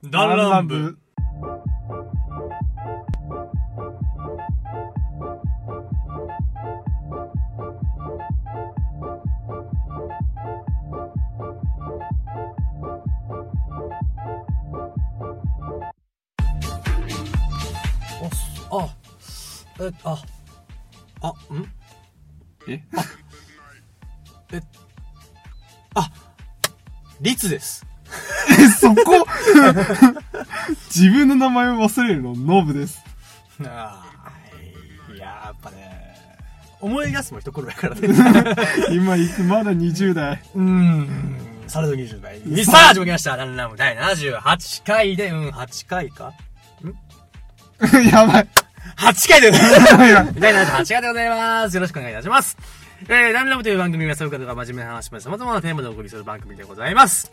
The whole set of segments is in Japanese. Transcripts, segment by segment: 弾丸部。あすあえああんええあ律ですえ、そこ 自分の名前を忘れるの、ノブです。あーいややっぱね思い出すも一頃やからね今いく、まだ20代。 うんサルド20倍さあ始まりました「ランラム」第78回でうん8回かやばい。 8回だよねや第78回でございます。よろしくお願いいたします。えー、ランラムという番組はそういう方が真面目な話まで様々なテーマでお送りする番組でございます。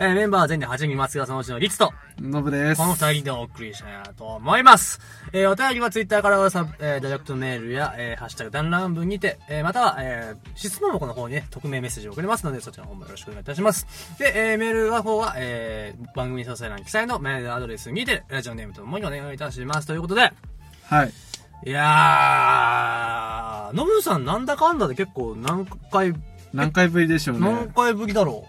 えー、メンバーは全員で8人松がそのうちのリツと、ノブですこ。の二人でお送りしたいなと思います。えー、お便りはツイッターからさ、えー、ダイレクトメールや、えー、ハッシュタグダンラン文にて、えー、または、えー、質問箱の方にね、匿名メッセージを送れますので、そちらの方もよろしくお願いいたします。で、えー、メールの方は、えー、番組詳細欄記載のメールアドレスにて、ラジオネームとともにお願いいたします。ということで、はい。いやー、ノブさんなんだかんだで結構何回、何回ぶりでしょうね。何回ぶりだろ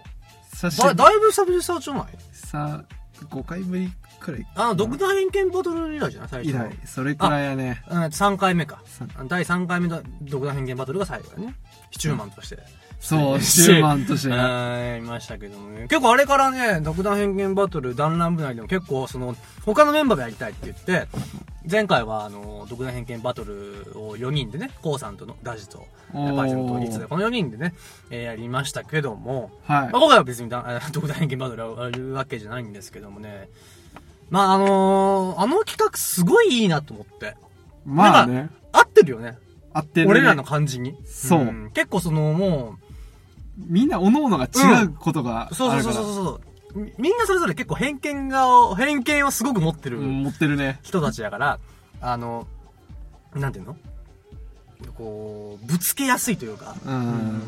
さう。し、だ、だいぶ久々じゃないさ、5回ぶりくらい。あの、独断偏見バトル以来じゃない最以初の来。、それくらいやね。うん、3回目かさ。第3回目の独断偏見バトルが最後だね。シチューマンとして。 そう、シューマンとしてうね。んやりましたけどもね。結構あれからね、独断偏見バトル、弾丸部内でも結構その、他のメンバーがやりたいって言って、前回はあの、独断偏見バトルを4人でね、コウさんとのダジと、おー中井さんとリツで、この4人でね、えーやりましたけども、はいまあ、。今回は別にだ独断偏見バトルをやるわけじゃないんですけどもね、まああのーあの企画すごいいいなと思って。まあね。合ってるよね。合ってるね俺らの感じに。そうん結構そのもみんな、おののが違うことがあう、るかそうら。そうそうそうそうみ。みんなそれぞれ結構偏見が、偏見をすごく持ってるうん持ってるね。人たちだから、あの、なんていうのこう、ぶつけやすいというか。うん。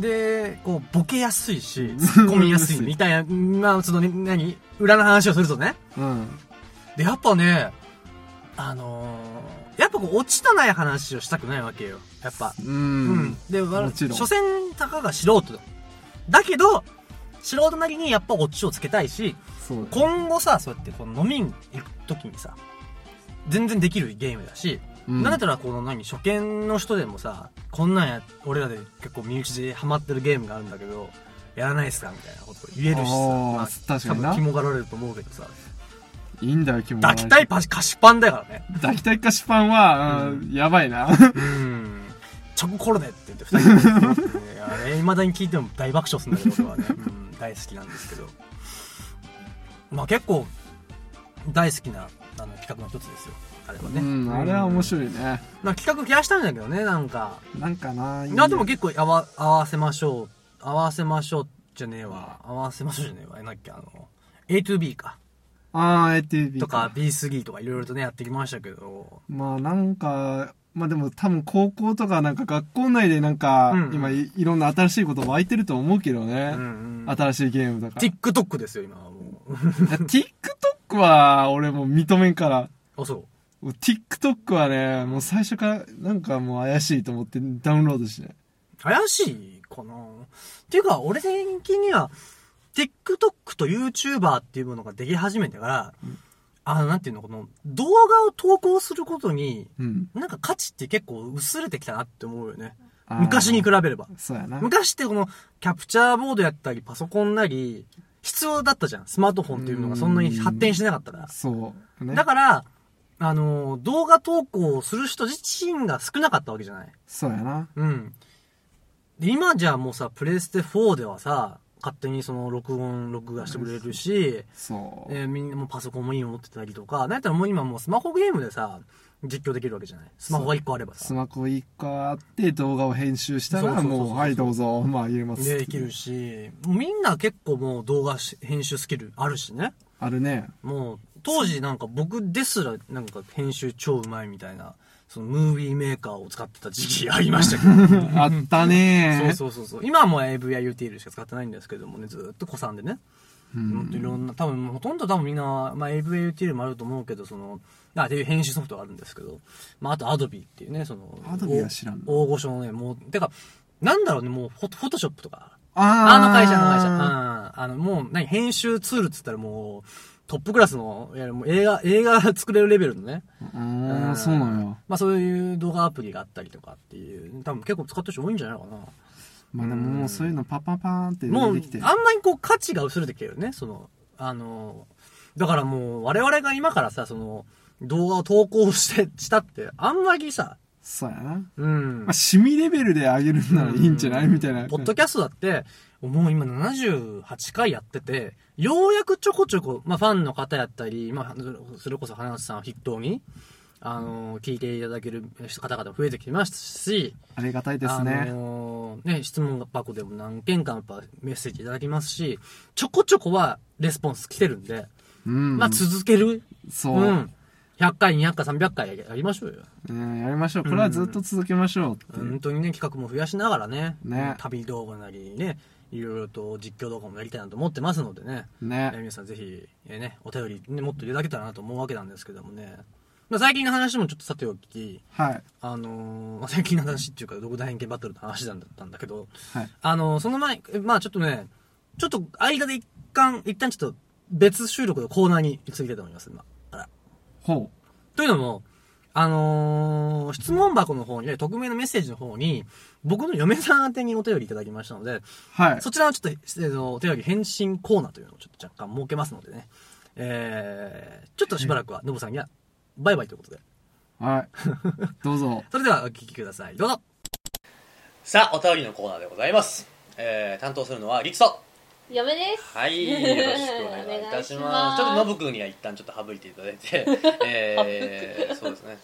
で、こう、ボケやすいし、 突っ込みやすいみたいな、まあ、その、ね、何裏の話をするとね。うん。で、やっぱね、あのーやっぱこう、落ちたない話をしたくないわけよ。やっぱ。ううんん。。で、わもちろん所詮、たかが素人だ。だけど、素人なりにやっぱオチをつけたいし、そう。今後さ、そうやってこの飲みに行くときにさ、全然できるゲームだし、うんなんだったらこの何、初見の人でもさ、こんなんや、俺らで結構身内でハマってるゲームがあるんだけど、やらないっすかみたいなこと言えるしさ、あー確かにな多分肝がられると思うけどさ、いいんだよ、気も。抱きたいパシ、菓子パンだからね。抱きたい菓子パンは、うんうんやばいな。うん。チョココロネって言って二人で思ってね、あれ、未だに聞いても大爆笑するんだけど、俺はね、うん、大好きなんですけど。まあ結構、大好きな、あの、企画の一つですよ。あれはね。うん、あれは面白いね。うんまあ企画増やしたいんだけどね、なんか。なんかな、いいな、でも結構合わ、合わせましょう。合わせましょうじゃねえわ。合わせましょうじゃねえわ。なんだっけ、あの、A to B か。あー、ATB とか、。B3 とかいろいろとね、やってきましたけど。まあなんか、まあでも多分高校とかなんか学校内でなんか、うん今いいろんな新しいこと湧いてると思うけどうね。んうん。新しいゲームとか。 い TikTok ですよ、今はもう。や TikTok は俺もう認めんから。あ、そう。もう TikTok はね、もう最初からなんかもう怪しいと思ってダウンロードしない。怪しいかなっていうか、俺的には、TikTok と YouTuber っていうものができ始めてから、あの、なんていうの、この、動画を投稿することに、うん。なんか価値って結構薄れてきたなって思うよね。あー昔に比べれば。そうやな。昔ってこの、キャプチャーボードやったり、パソコンなり、必要だったじゃん。スマートフォンっていうのがそんなに発展しなかったから。そう。ねだ。から、あの、動画投稿をする人自身が少なかったわけじゃない。そうやな。うん。で今じゃもうさ、プレステ4ではさ、勝手にその録音、録画してくれるし、そう。えーみんなもうパソコンもいいの持ってたりとか、なんやったらもう今もうスマホゲームでさ、実況できるわけじゃないスマホが1個あればスさ。マホ一個あって動画を編集したそうそらうそうそうもうはいどうぞまあ入れますで、できるし、みんな結構もう動画し編集スキルあるしね。あるねもう、当時なんか僕ですらなんか編集超うまいみたいな、そのムービーメーカーを使ってた時期ありましたけど。あったねそうそうそうそう。今はもう AV や UTL しか使ってないんですけどもね、ずーっと子さんでね。うんいろんな、多分、ほとんど多分みんな、まあ、AVATL もあると思うけど、その、あ、っていう編集ソフトがあるんですけど、まあ、あと Adobe っていうね、その、 Adobe は知らんなお大御所のね、もう、てか、なんだろうね、もう、フォフォトショップとか、ああの会社の会社。うん。ああの、もう、何、編集ツールっつったらもう、トップクラスの、いやもう映画、映画作れるレベルのね。あー、そうなんや。まあそういう動画アプリがあったりとかっていう、多分結構使ってる人多いんじゃないかな。まあでももうそういうのパパパーンってもう、あ出んまてきて。りこう価値が薄れてきてるね、その、あの、だからもう我々が今からさ、その、動画を投稿して、したって、あんまりさ、そうやな。まうんあ、。趣味レベルで上げるならいいんじゃないみたいな。ポッドキャストだって、もう今78回やってて、ようやくちょこちょこ、まあファンの方やったり、まあ、それこそ花内さんを筆頭に、あの、聞いていただける方々も増えてきましたし、ありがたいですねあ。のーね、質問箱でも何件かやっぱメッセージいただきますし、ちょこちょこはレスポンス来てるんで、うん。まあ続ける。うそん。う、 100回、200回、300回やりましょうよ。うんやりましょう。これはずっと続けましょうっていう。本当にね、企画も増やしながらね、ね旅動画なりね、いろいろと実況動画もやりたいなと思ってますのでね、えーね。皆さんぜひ、えーね、お便り、ね、もっといただけたらなと思うわけなんですけどもね、まあ、最近の話もちょっとさておき、はい。あのーまあ最近の話っていうか、独断偏見バトルの話なんだったんだけど、はい。あのーその前、えまあちょっとね、ちょっと間で一旦、一旦ちょっと別収録のコーナーに移りたいと思います、今から。ほというのも、あのー質問箱の方にね、匿名のメッセージの方に、僕の嫁さん宛てにお便りいただきましたので、う。はい。そちらのちょっと、えーと、お便り返信コーナーというのをちょっと若干設けますのでね、えー、ちょっとしばらくは、ノブさんには、バイバイということで。 はい。どうぞ。それではお聞きください。どうぞさあ、お便りのコーナーでございます。えー、担当するのは、リクソ嫁です。 はい、よろしくお願いいたしお願いしま。ますすちょっとノブ君には一旦ちょっと省いていただい て、えー、そうですね。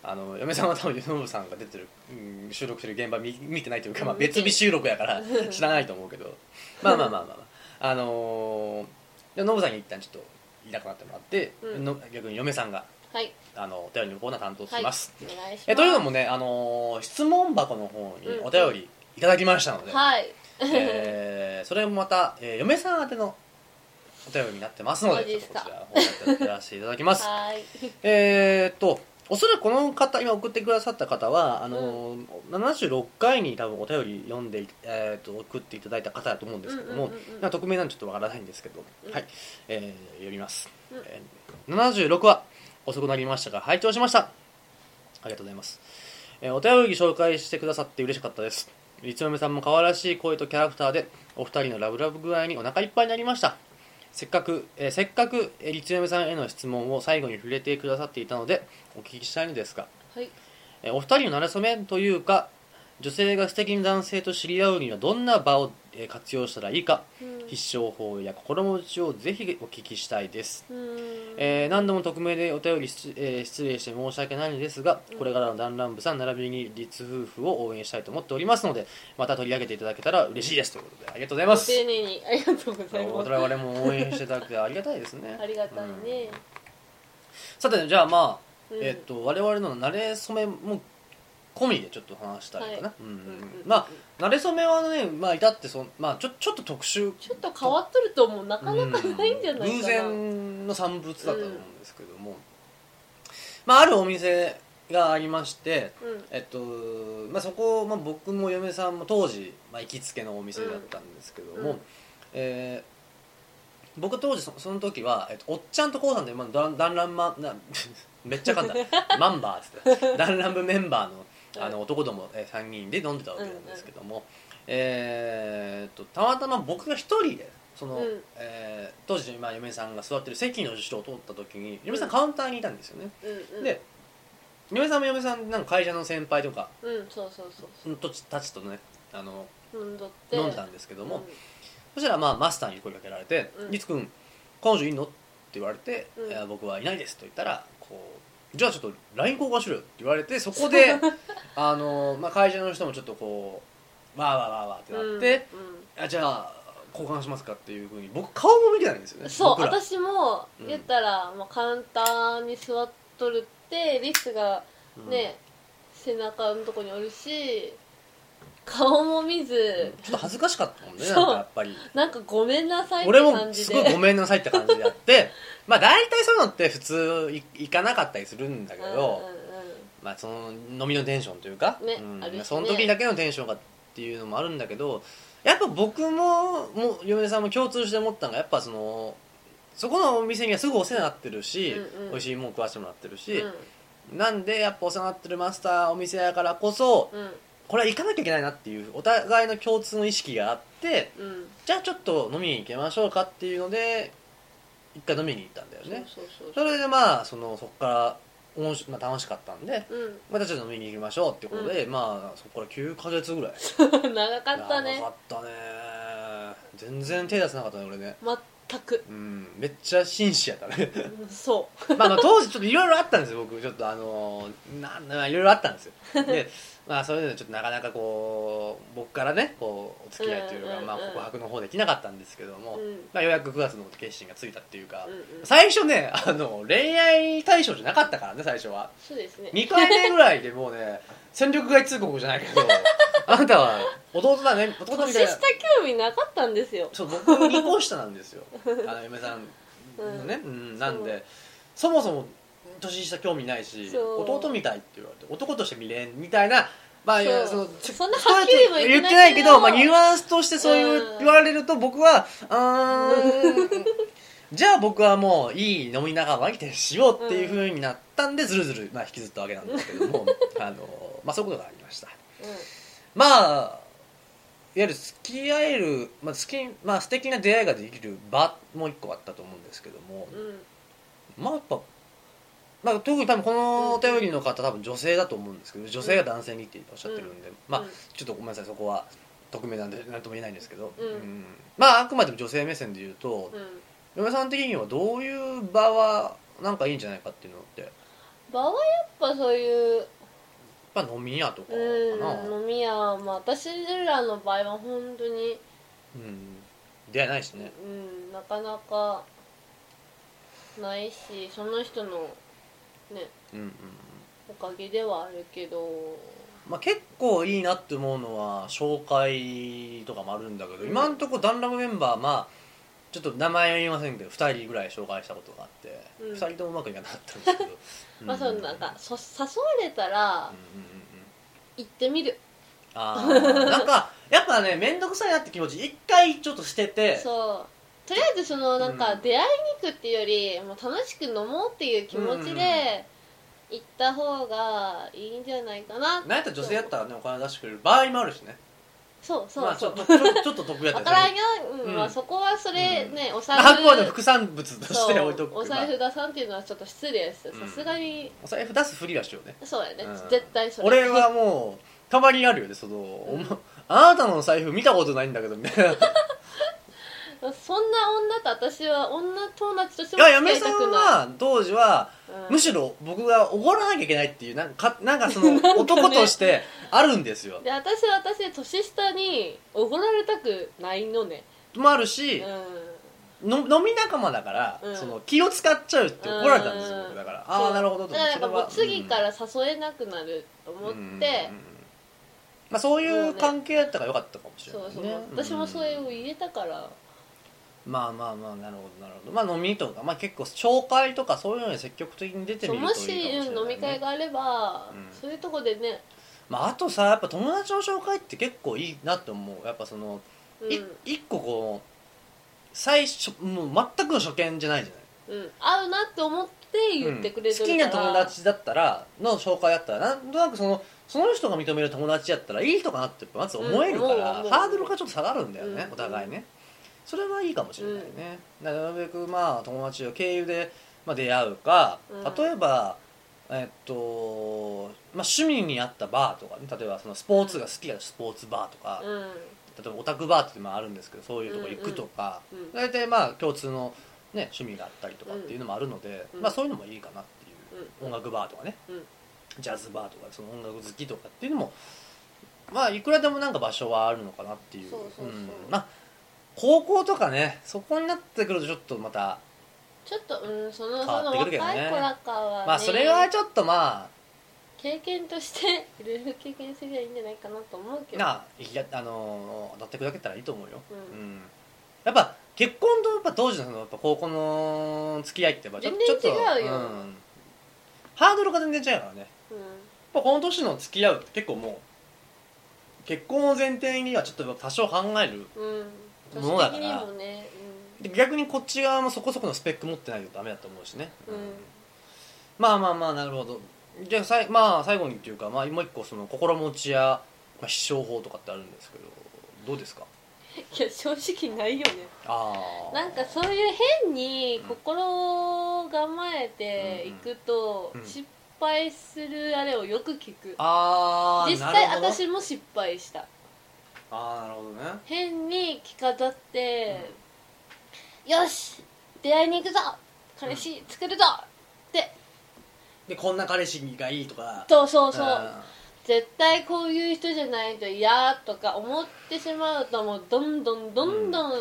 あの嫁さんは多分ノブさんが出てる、うん、収録してる現場見見てないというか、まあ、うん見て別日収録やから知らないと思うけどまあまあまあまあ、まあ、あのーじゃあノブさんに一旦ちょっといなくなってもらって、うんの逆に嫁さんがはい。あのお便りのコーナー担当はしい。おま願いす、します。えというのもね、あのー質問箱の方にお便りいただきましたので、はい。えーそれもまた、えー嫁さん宛てのお便りになってますのでそうでしちょたっとこちらの方やらせていただきますはい。えーっとおそらくこの方今送ってくださった方はあのー、76回に多分お便り読んで、えーっと送っていただいた方だと思うんですけども、うんうんうんうんまあ匿名なんでちょっとわからないんですけど、うんはい、えー読みます、うんえー76は遅くなりましたが拝聴しましたありがとうございます、えーお便り紹介してくださって嬉しかったですいつよめさんも可愛らしい声とキャラクターでお二人のラブラブ具合にお腹いっぱいになりましたせっかく、えーせっかく、えー、りつよめさんへの質問を最後に触れてくださっていたのでお聞きしたいのですが、はい。えーお二人の馴れ初めというか女性が素敵に男性と知り合うにはどんな場を、えー活用したらいいかうん必勝法や心持ちをぜひお聞きしたいです、うんえー何度も匿名でお便りし、えー失礼して申し訳ないのですがこれからの団らん部さん並びに立夫婦を応援したいと思っておりますのでまた取り上げていただけたら嬉しいですということでありがとうございまごす丁寧にありがとうございます。我々も応援していただくてありがたいですね ありがたいうんね。さてじゃあまあ、うんえっと我々の慣れ初めも込みでちょっと話したいかな、はうんうんうんまあ慣れ初めはねまあ至ってそん、まあ、ちょちょっと特殊ちょっと変わっとると思う。なかなかないんじゃないかな。偶然の産物だったと思うんですけども、まあ、あるお店がありまして、うん。えっとまあ、そこ、まあ、僕も嫁さんも当時、まあ、行きつけのお店だったんですけども、うんえー僕当時そその時は、えっと、おっちゃんとこうさんで、まあ、だんだんらんまな めっちゃ 噛んだマンバーっつってだんらん部メンバーのあの男どもえー3人で飲んでたわけなんですけども、えーっとたまたま僕が1人でその、うんえー当時今嫁さんが座ってる席の後ろを通った時に嫁さんカウンターにいたんですよね、うんうん。で嫁さんも嫁さんなんか会社の先輩とかうん、そうそうそうその人たちとねあのそう。飲んどって。飲んだんですけども、そしたらまあマスターに声かけられて「うんリツくん彼女いんの?」って言われて「ういんや僕はいないです」と言ったらこう「じゃあちょっと LINE 交換しろよ」って言われ てそこであの、まあ、会社の人もちょっとこう「わーわーわーわー」ってうん。なってうんうん「あじゃあ交換しますか」っていうふうに僕顔も見てないんですよねそう僕ら私もうん言ったら、まあ、カウンターに座っとるってリスがうんね、背中のとこにおるし顔も見ずちょっと恥ずかしかったもんねそなうんかやっぱりなんかごめんなさいって俺も感じすでごいごめんなさいって感じでやって まあ大体そういうのって普通いいかなかったりするんだけうんど、うんうんまあ、その飲みのテンションというか、ねうんあるしねその時だけのテンションがっていうのもあるんだけどやっぱ僕ももう嫁さんも共通して思ったのがやっぱそのそこのお店にはすぐお世話になってるし、うんうん美味しいもん食わせてもらってるし、うんなんでやっぱお世話になってるマスターお店やからこそうんこれは行かなきゃいけないなっていうお互いの共通の意識があってうんじゃあちょっと飲みに行きましょうかっていうので一回飲みに行ったんだよねそうそうそそうれでまあそのそこからおもし、まあ、楽しかったんでうんまたちょっと飲みに行きましょうってことで、まあそこから9ヶ月ぐらい 長かったね長かったね全然手出せなかったね俺ね全くうんめっちゃ紳士やったねうんそ まあまあ当時ちょっといろいろあったんですよ僕ちょっとあのなんなんいろいろあったんですよ でまあそういうのちょっとなかなかこう僕からねこうお付き合いというか、うんうんうんまあ告白の方できなかったんですけども、ううんまあ、ようやく9月の決心がついたっていうか、うんうん最初ねあの恋愛対象じゃなかったからね最初はそうですね2回目ぐらいでもうね戦力外通告じゃないけ どあなたは弟だね弟年みたいな下興味なかったんですよそう僕2個下なんですよあの嫁さんのね、うんなんでそもそも年下興味ないしそう弟みたいって言われて男として未練みたいなまあいやそうちそんなはっきりも言ってないけ言どってまあ、ニュアンスとしてそういううん言われると僕はあ ーんじゃあ僕はもういい飲み仲間に徹しようっていうふうになったんでずるずる、まあ、引きずったわけなんですけど もあの、まあ、そういうことがありましたうまあいわゆる付き合える、まあ好きまあ素敵な出会いができる場も一個あったと思うんですけども、んうんまあやっぱ、まあ、特に多分このお便りの方多分女性だと思うんですけど女性が男性にっておっしゃってるんで、まあうんちょっとごめんなさいそこは匿名なんで何とも言えないんですけど、うんまああくまでも女性目線で言うと、うん嫁さん的にはどういう場はなんかいいんじゃないかっていうのってやっ場はやっぱそういうぱ飲み屋とかかな、うん飲み屋はまあ私らの場合は本当にうん出会いないしねうんなかなかないしその人のねうんうんおかげではあるけどまあ、結構いいなって思うのは紹介とかもあるんだけど、うん今んとこダンラムメンバーまあちょっと名前は言いませんけど2人ぐらい紹介したことがあって、うん2人ともうまくいかなかったんですけど、 まあそうなんかそ誘われたうんらうんうんうん行ってみるあー なんかやっぱね面倒くさいなって気持ち一回ちょっと捨ててそうとりあえずそのなんかうん出会いに行くっていうよりもう楽しく飲もうっていう気持ちうんで行った方がいいんじゃないかななんやったら女性やったらねお金出してくれる場合もあるしねそうまそうあ、ちそょうっとちょちょっと得やっわたからん ねよ、うんうんまあ、そこはそれね、お財布あくまでも副産物として置いとくそうお財布出さんっていうのはちょっと失礼ですんさすがにお財布出すふりはしようねそうやね、うん絶対それ俺はもうたまにあるよねその、お前あなたの財布見たことないんだけどみ たいない そんな女と私は女友達としてもや付嫁き合いさたんくなは当時は、い、うんむしろ僕がおごらなきゃいけないっていうなんかかなんかその 男としてあるんですよで私は私で年下におごられたくないのねもあるうんし、の飲み仲間だから、うんその気を使っちゃうって怒られたんですよ、うん僕だからああなるほどとだからなんかもうそれは次から誘えなくなると思っうんうんうんて、まあ、そういう関係だったからよかったかもしれそなういそう、ね私もそれんを言えたからまあまあまあなるほどなるほどまあ飲みとか、まあ、結構紹介とかそういうのに積極的に出てそうみるといいかももししれない、ね、うん飲み会があれば、うんそういうとこでね、まあ、あとさやっぱ友達の紹介って結構いいなって思うやっぱその、うんい一個こう最初もう全くの初見じゃないじゃないうん、合うなって思って言ってくれうてん好きるなから、友達だったらの紹介だったらなんとなくそのその人が認める友達やったらいい人かなってまず思えるかうん思うら、思うハードルがちょっと下がるんだよね、うんお互いねそれはいいかもしれないね、だからなるべくまあ友達を経由で、まあ、出会うか、うん例えばえっと、まあ、趣味に合ったバーとかね例えばそのスポーツが好きやスポーツバーとか、うん例えばオタクバーってまああるんですけどそういうとこ行くとか、うんうん大体まあ共通の、ね、趣味があったりとかっていうのもあるので、うんまあ、そういうのもいいかなっていう、うん音楽バーとかね、うんジャズバーとかその音楽好きとかっていうのもまあいくらでもなんか場所はあるのかなっていうそうそうそうんまあ高校とかねそこになってくるとちょっとまた、ちょっと、うん、その変わそっのてくる若けどねい子らかはねまあそれはちょっとまあ経験としていろいろ経験すりゃいいんじゃないかなと思うけどなあいやあのー当たって砕けたらいいと思うよ、うんやっぱ結婚とやっぱ当時のそのやっぱ高校の付き合いってやっぱちょ全然ちょっと違うよんハードルが全然違うからねやっうぱこの年の付き合うって結構もう結婚を前提にはちょっと多少考えるんうんものだか年的らにもねで逆にこっち側もそこそこのスペック持ってないとダメだと思うしね、うんまあまあまあなるほどじゃあさいまあ最後にっていうか、まあ、もう一個その心持ちや、まあ、必勝法とかってあるんですけどどうですかうんいや正直ないよねああなんかそういう変に心構えていくとうんうん失敗するあれをよく聞くあー実際なるほど私も失敗したああなるほどね変に着飾って、よし出会いに行くぞ彼氏作るぞ、ってでこんな彼氏がいいとかそうそうそんう絶対こういう人じゃないと嫌とか思ってしまうともうどんどんどんどん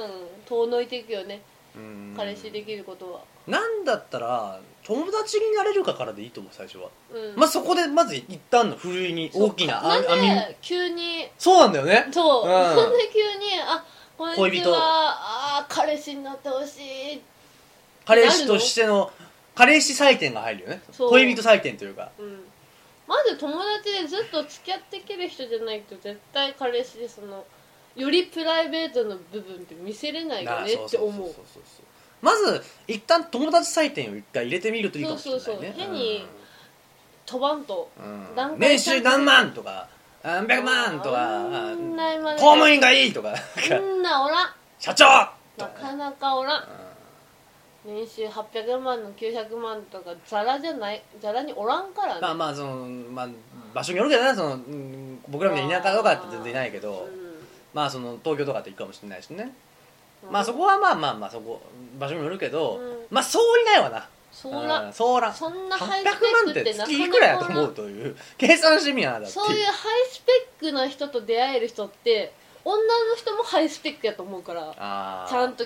遠のいていくよね、うん彼氏できることはなんだったら友達になれるかからでいいと思う最初は、うんまあそこでまず一旦のふるいに大きなそうあなん網で急にそうなんだよねそうう、んそんで急にあこん恋にち人はあー彼氏になってほしい彼氏としての彼氏採点が入るよねそう恋人採点というかうんまず友達でずっと付き合ってきる人じゃないと絶対彼氏でそのよりプライベートの部分って見せれないよあねそうってそうそう思うそうそうそうまず一旦友達採点を一回入れてみるといいかもしれないねそうそうそう変に飛ばんとうん段うん、階年収何万とか何百万とかあん公な今ね務員がいい とかそんなおらん社長となかかねなかおらん年収800万の900万とかザラじゃないザラにおらんからねまあまあその、まあ、場所によるけどなそのうん僕らみたいな田舎とかって全然いないけどまあその東京とかって行くかもしれないしねうんまあそこはまあまあまあそこ場所にもよるけどうんまあそういないわなそらんそうらそん800なハイ万スっペックっててなかなか月いくらやと思うという計算してみやなだってそういうハイスペックな人と出会える人って女の人もハイスペックやと思うからあーちゃんと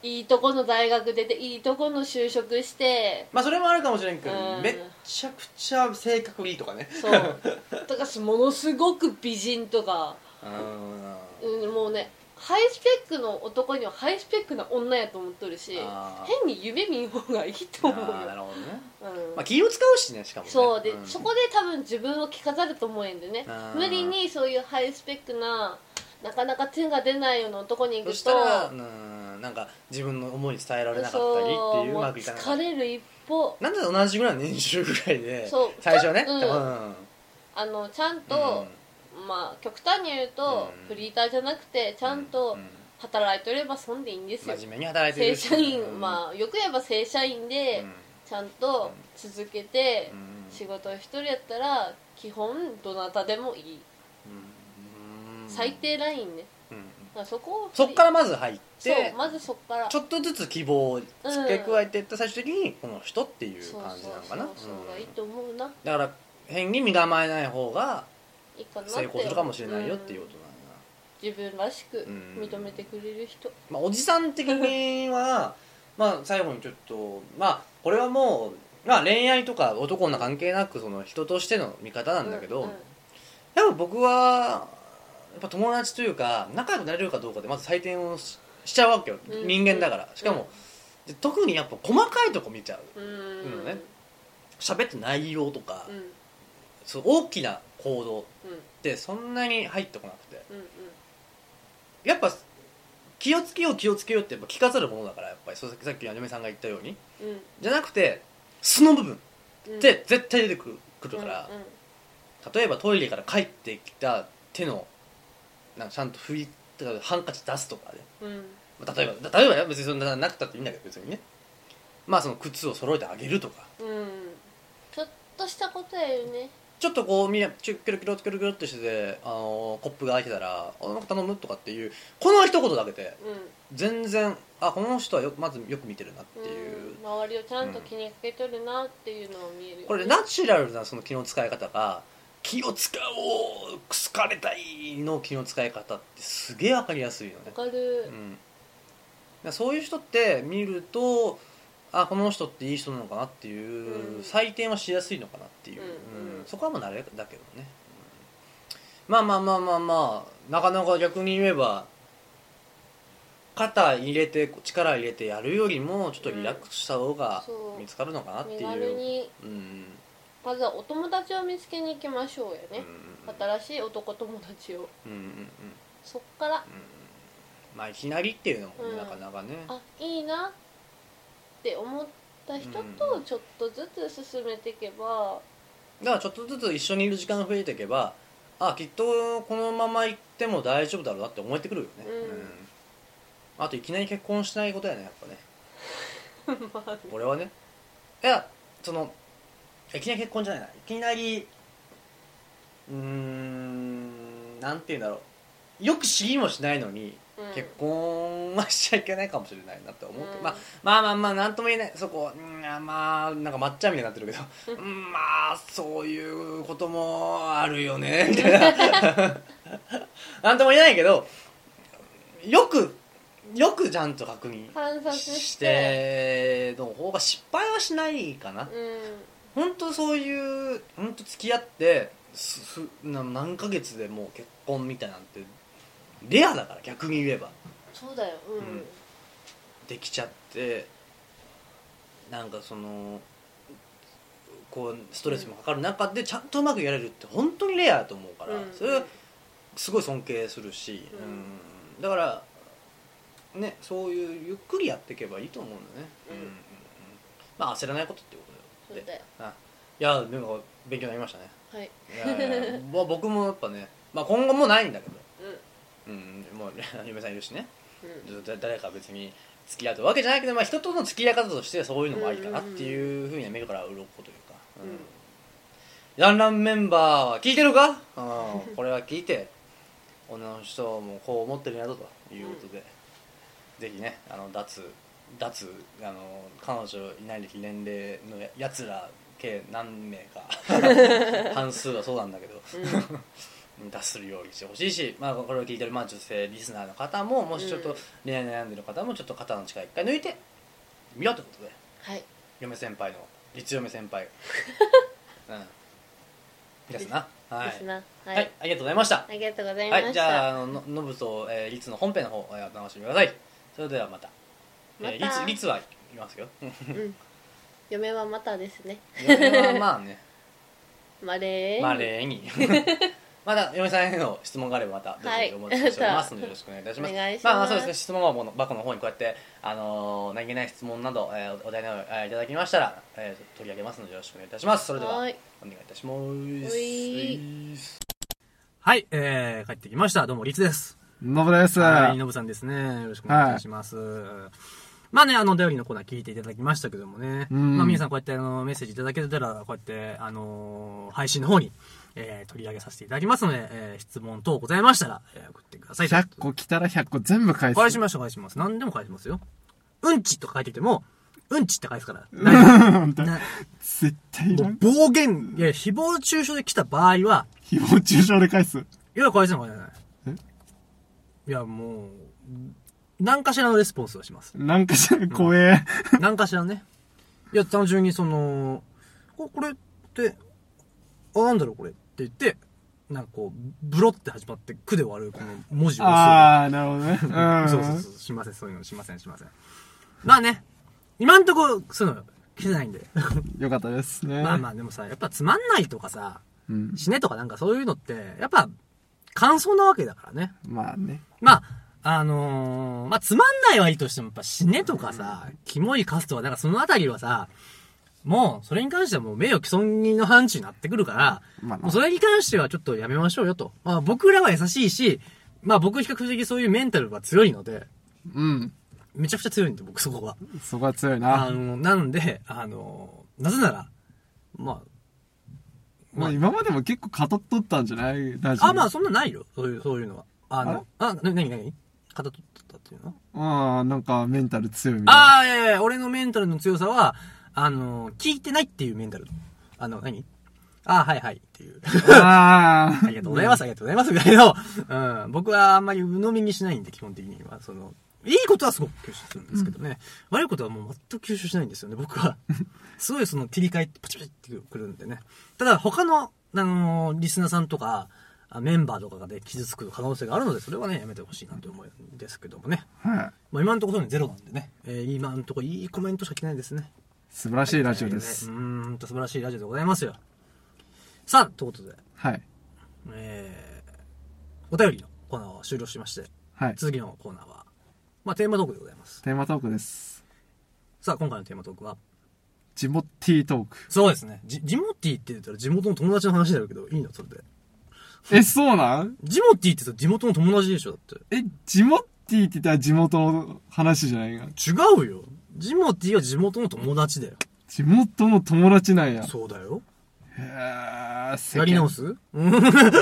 いいとこの大学出ていいとこの就職してまあそれもあるかもしれんけどうんめっちゃくちゃ性格いいとかね そうとかものすごく美人とか、うんうん、もうねハイスペックの男にはハイスペックな女やと思っとるしあー変に夢見ん方がいいとあ思うよー、なるほどねうんまあ気を使うしねしかもねそうで、んそこで多分自分を着飾ると思うんでねあー無理にそういうハイスペックななかなか手が出ないような男に行そくしたらうとんなんか自分の思いに伝えられなかったりってそういううもうまくいかなか疲ったれる一方なんで同じぐらいの年収ぐらいでそう最初はねちょっ多と分あのちゃんうとん、まあ極端に言うと、うんフリーターじゃなくてちゃんうとん働いてれば損でいいんですよ、真面目に働いて正る社員、あまあよく言えば正社員で、ちゃんと続けて、仕事を一人やったら基本どなたでもいい、最低ラインねだからそこをそっかららまず入っそうてまずそっからちょっとずつ希望を付け加えていって最終的にこの人っていうそう感じなのかなそうそうそうがいいと思うな、だから変に身構えない方がいいかなって成功するかもしれないよっていうことなんだな自分らしくうん認めてくれる人まあ、おじさん的に はまあ最後にちょっとまあこれはもう、まあ、恋愛とか男女関係なくその人としての見方なんだけど、ううんやっぱ僕はやっぱ友達というか仲良くなれるかどうかでまず採点をししちゃうわけよ、うん人間だからしかも、で特にやっぱ細かいとこ見ちゃううんうんね喋って内容とか、うんうんそう大きな行動っうんてそんなに入ってこなくてうんやっぱ気をつけよう気をつけようってやっぱ着飾るものだからやっぱりそうさっき嫁さんが言ったようにうんじゃなくて素の部分うんって絶対出てくる,、からうんうん例えばトイレから帰ってきた手のなんかちゃんと拭いてハンカチ出すとかねうんまあ例えば例えばよ別にそんななくたっていいんだけど別にねまあその靴を揃えてあげるとかうんちょっとしたことやよねちょっとこうみんなキュルキュルキュルキュルキュルってしてて、あのーコップが開いてたら「あなんか頼む?」とかっていうこの一言だけでうん全然あこの人はよまずよく見てるなっていう、うん周りをちゃんと気にかけとるなっていうのを見えるよねこれナチュラルなその気の使い方が気を使おうくすかれたいの気の使い方ってすげえ分かりやすいよねわかうるん、だからそういう人って見るとあこの人っていい人なのかなっていう、うん採点はしやすいのかなっていう、うんうんそこはもう慣れだけどね、うんまあまあまあまあまあなかなか逆に言えば肩入れて力入れてやるよりもちょっとリラックスした方がそう見つかるのかなってい身う、軽うんにうんうんまずはお友達を見つけに行きましょうよね、新しい男友達をうんうんうんうんそっからまあいきなりっていうのもうんなかなかね、あいいなって思った人うとんちょっとずつ進めていけば、だからちょっとずつ一緒にいる時間が増えていけばあきっとこのまま行っても大丈夫だろうなって思えてくるよね、うんあといきなり結婚しないことやねやっぱねまあね俺はねいやそのいきなり結婚じゃないないきなりうーんなんて言うんだろうよく知りもしないのにうん結婚はしちゃいけないかもしれないなって思って、うんまあまあまあまあなんとも言えないそこうんあまあなんか抹茶みたいになってるけどうんまあそういうこともあるよ ねみたいな なんとも言えないけどよくよくちゃんと確認観察してしての方が失敗はしないかな、う本当そういう本当付き合ってすすな何ヶ月でもう結婚みたいなんてレアだから逆に言えばんそうだようん、うんできちゃってなんかそのこうストレスもかかる中でちゃんとうまくやれるって本当にレアだと思うから、うんそれすごい尊敬するし、うんうんだからねそういうゆっくりやっていけばいいと思うんだね、うんまあ焦らないことっていうことだそうよだよあいやでも勉強になりましたねはいいやいやいや ぼ僕もやっぱね、まあ、今後もないんだけど、ううん、もう嫁さんいるしねんうんだ誰か別に付き合うわけじゃないけど、まあ、人との付き合い方としてはそういうのもありかなっていうふうには目から鱗というか、うんうんランランメンバーは聞いてるか、うん、これは聞いて女の人もこう思ってるんやぞということで、ぜひねあの脱脱あの彼女いない歴年齢のややつら計何名 か半数はそうなんだけど、脱するようにしてほしいし、まあ、これを聞いてる、まあ、女性リスナーの方ももしちょっうとん恋愛悩んでる方もちょっと肩の力一回抜いてみようってことではい嫁先輩の実嫁先 輩うんですなはですい、なははいい、ありがとうございましたありがとうございました、はいじゃああのののぶと、えー、リツの本編の方、えーお楽しみくださいそれではまたまたえー、リツリツは言いますよ うん、嫁はまたですね嫁はまあねまれーまあ礼 にまだ嫁さんへの質問があればまたどうぞお待ちしておりますのでよろしくお願いいたします。お願いしまますあ、そうですね質問箱の箱の方にこうやってあのー何気ない質問など、えーお題など、えーいただきましたら、えー取り上げますのでよろしくお願いいたします。それではおは願ーいいいたします。ほいはい、えー、帰ってきました。どうも、リツです。ノブです。はい、のぶさんですね。よろしくお願いします。まあね、あの、お便りのコーナー聞いていただきましたけどもね。うんまあ皆さんこうやってあの、メッセージいただけたら、こうやって、あのー配信の方に、えー取り上げさせていただきますので、えー質問等ございましたら、えー送ってください。 100個来たら100個全部返す。返しましょう、返します。何でも返しますよ。うんちとか書いてても、うんちって返すから。 大丈夫 な絶対いら。もうん暴言、いや、誹謗中傷で来た場合は、誹謗中傷で返す。いや、返せない、返せない。いや、もう、何かしらのレスポンスをします。なんかしら怖え。何かしらね。いや、単純にその、ここれって、あ、なんだろうこれって言って、なんかこう、ブロって始まって、くで終わるこの文字を押あー、なるほどね。うん。す。そうそうそう、しません、そういうのしません、しません。まあね、今んとこ、そういうの、来てないんで。よかったですね。 まあまあ、でもさ、やっぱつまんないとかさ、うん。死ねとかなんかそういうのって、やっぱ、感想なわけだからね。まあね。まあ、あのーまあ、つまんないはいいとしても、やっぱ死ねとかさ、キモいカスとか、なんかそのあたりはさ、もう、それに関してはもう名誉毀損の範疇になってくるから、まあなもうそれに関してはちょっとやめましょうよと。まあ、僕らは優しいし、まあ僕比較的そういうメンタルが強いので、うん。めちゃくちゃ強いんで、僕そこは。そこは強いあな。の、なんで、あのなぜなら、ままあ今までも結構語っとったんじゃない大丈あ、夫。あ、まあそんなないよ。そういう、そういうのは。あの、あ、なになに肩取ったっていうのあ。うん、なんかメンタル強いみたいな。ああ、いやいや、俺のメンタルの強さは、あの、聞いてないっていうメンタル。あの、何ああ、はいはいって いう。ああ。ありがとうございます、ありがとうございます、ぐらいの。うん。僕はあんまり鵜呑みにしないんで、基本的には。その、いいことはすごく吸収するんですけどね、悪いことはもう全く吸収しないんですよね、僕は。 すごいその切り替え、パチパチってくるんでね。ただ、他の、あのーリスナーさんとか、あメンバーとかがね、傷つく可能性があるので、それはね、やめてほしいなと思うんですけどもね。はい。まあ、今のところねゼロなんでね、えー今のところいいコメントしか来てないですね。素晴らしいラジオですう。ーんと素晴らしいラジオでございますよ。さあ、ということで、はい。えー、お便りのコーナーを終了しまして、はい。続きのコーナーは、まあ、テーマトークでございます。テーマトークです。さあ、今回のテーマトークは、ジモッティートーク。そうですね。ジジモティって言ったら地元の友達の話だけど、いいのそれで。え、そうなんジモティってさ、地元の友達でしょだって。え、ジモッティーって言ったら地元の話じゃないか。違うよ。ジモティは地元の友達だよ。地元の友達なんや。そうだよ。へー、世間やり直すうん。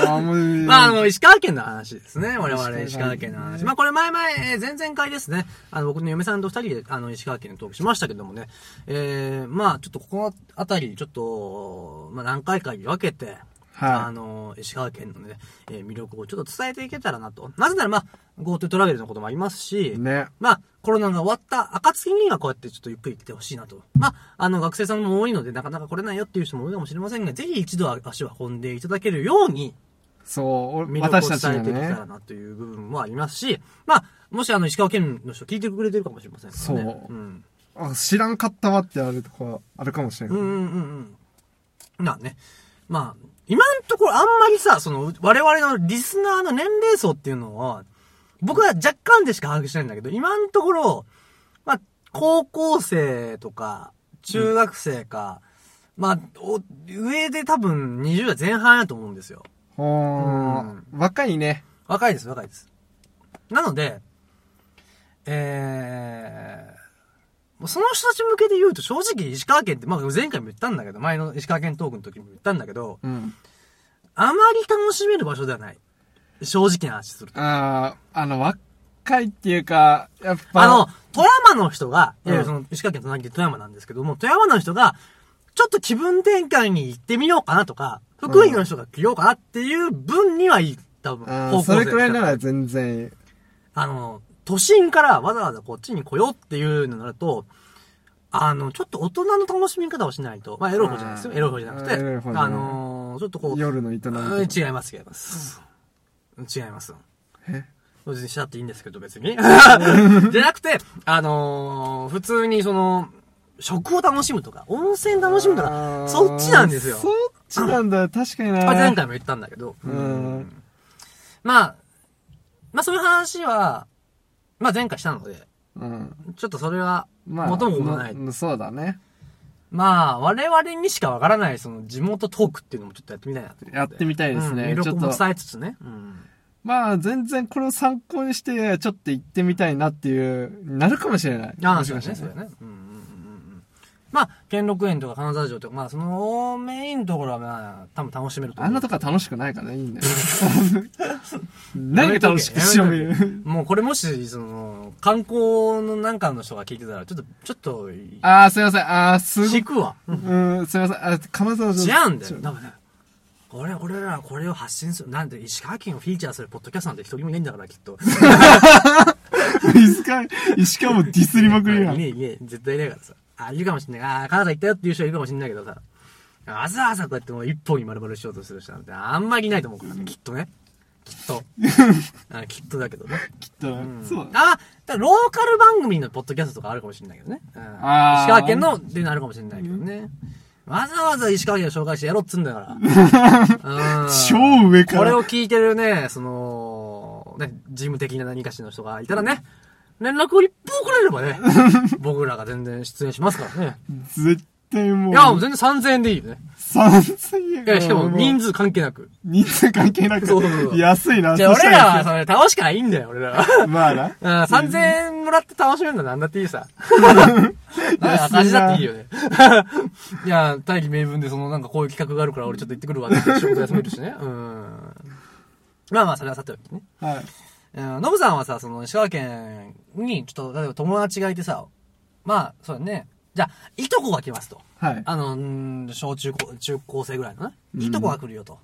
あ、もう、まあ、あの、石川県の話ですね。我々、石石川川県県のの話。まあ、これ前々、えー前々回ですね。あの、僕の嫁さんと二人で、あの、石川県のトークしましたけどもね。えー、まあ、ちょっとここあたり、ちょっと、まあ、何回かに分けて、はいあの、石川県のね、えー魅力をちょっと伝えていけたらなと。なぜなら、まあ、GoTo トラベルのこともありますし、ね。まあ、コロナが終わった暁にはこうやってちょっとゆっくり来てほしいなと。まあ、あの、学生さんも多いので、なかなか来れないよっていう人も多いかもしれませんが、ぜひ一度は足を運んでいただけるように、そう、俺魅力私たをちが伝えていけたねら。なという部分もありますし、まあ、もしあの、石川県の人聞いてくれてるかもしれませんからね。。そうんあ知らんかったわってあるとこあるかもしれうんなうい。んうんうん。なあね。まあ、今のところあんまりさ、その、我々のリスナーの年齢層っていうのは、僕は若干でしか把握してないんだけど、今のところ、まあ、高校生とか、中学生か、まあ、お上で多分20代前半やと思うんですよ。ほうんー、若いね。若いです、若いです。なので、えー、もうその人たち向けで言うと正直石川県って、まあ前回も言ったんだけど、前の石川県トークの時も言ったんだけど、うん。あまり楽しめる場所ではない。正直な話すると。あー、あの、若いっていうか、やっぱ、あの、富山の人が、ういんやいやその石川県隣で富山なんですけども、富山の人が、ちょっと気分転換に行ってみようかなとか、福井の人が来ようかなっていう分にはいい。多分、あー高校生それくらいだなったら全然いい。あの、都心からわざわざこっちに来ようっていうのになると、あの、ちょっと大人の楽しみ方をしないと、まあ、エロい方じゃないですよ。あーエロい方じゃなくて、エロい方じゃないあのーちょっとこう、夜の営みとかうん違います、違います。違います。え別にしちゃっていいんですけど、別に。じ ゃなくて、あのー普通にその、食を楽しむとか、温泉楽しむとあか、ーそっちなんですよ。そっちなんだ、確かにな。まあ、前回も言ったんだけど、うんまあ、まあそういう話は、まあ前回したので、うん。ちょっとそれは、まあ、元も子もない。うんそうだね。まあ、我々にしかわからない、その地元トークっていうのもちょっとやってみたいなと思やってみたいですねうん魅力ちょもっと伝えつつね。うん。まあ、全然これを参考にして、ちょっと行ってみたいなっていう、なるかもしれない。ああ、もそしうかだしたね、らそうだね。うんうんうんうん。まあ、兼六園とか金沢城とか、まあ、そのメインのところはまあ、多分楽しめると思あうんなとこは楽しくないからいいんだよ。 何が楽しくしやよめとけやめとけうもうこれもし、その、観光のなんかの人が聞いてたら、ちょっと、ちょっと、ああ、すいません。ああ、すご引い。くわ。うん、すいません。あ、金沢城違うんだよ。だからね、俺、俺らはこれを発信する、なんで石川県をフィーチャーするポッドキャストなんて一人もいないんだから、きっと。石川、石川もディスりまくりやいん。ねいね絶対いないからさ。あ、いるかもしんない。あー、金沢行ったよっていう人はいるかもしんないけどさ。わざわざこうやってもう一本に丸々しようとする人なんてあんまりいないと思うからね、きっとね。きっと。あきっとだけどね。きっとうんそう。あ、だからローカル番組のポッドキャストとかあるかもしれないけどね。うん、石あー川県のでなるかもしれないけどね。わざわざ石川県を紹介してやろうっつうんだ から。うん超上からこれを聞いてるね、その、ね、事務的な何かしらの人がいたらね、連絡を一方くれれば ね、僕らが全然出演しますからね。絶対もう。いや、もう全然3000円でいいよね。 3000円いや、しかも人数。数関係なく。人数関係なくそうそうそう安いな。じゃあそし俺らたはそれ楽しくないいんだよ、俺ら は。まあな。うん、3000円もらって楽しめるのはなんだってい いさ。なんか私だっていいよね。 いや、大義名分でそのなんかこういう企画があるから俺ちょっと行ってくるわって仕事休めるしね。うん。まあまあ、それはさておきね。はい。うんノブさんはさ、その石川県に、ちょっと、例えば友達がいてさ、まあ、そうだね。じゃあ、いとこが来ますと。はい。あの、うーん小中高、中高生ぐらいのね。いとこが来るよと。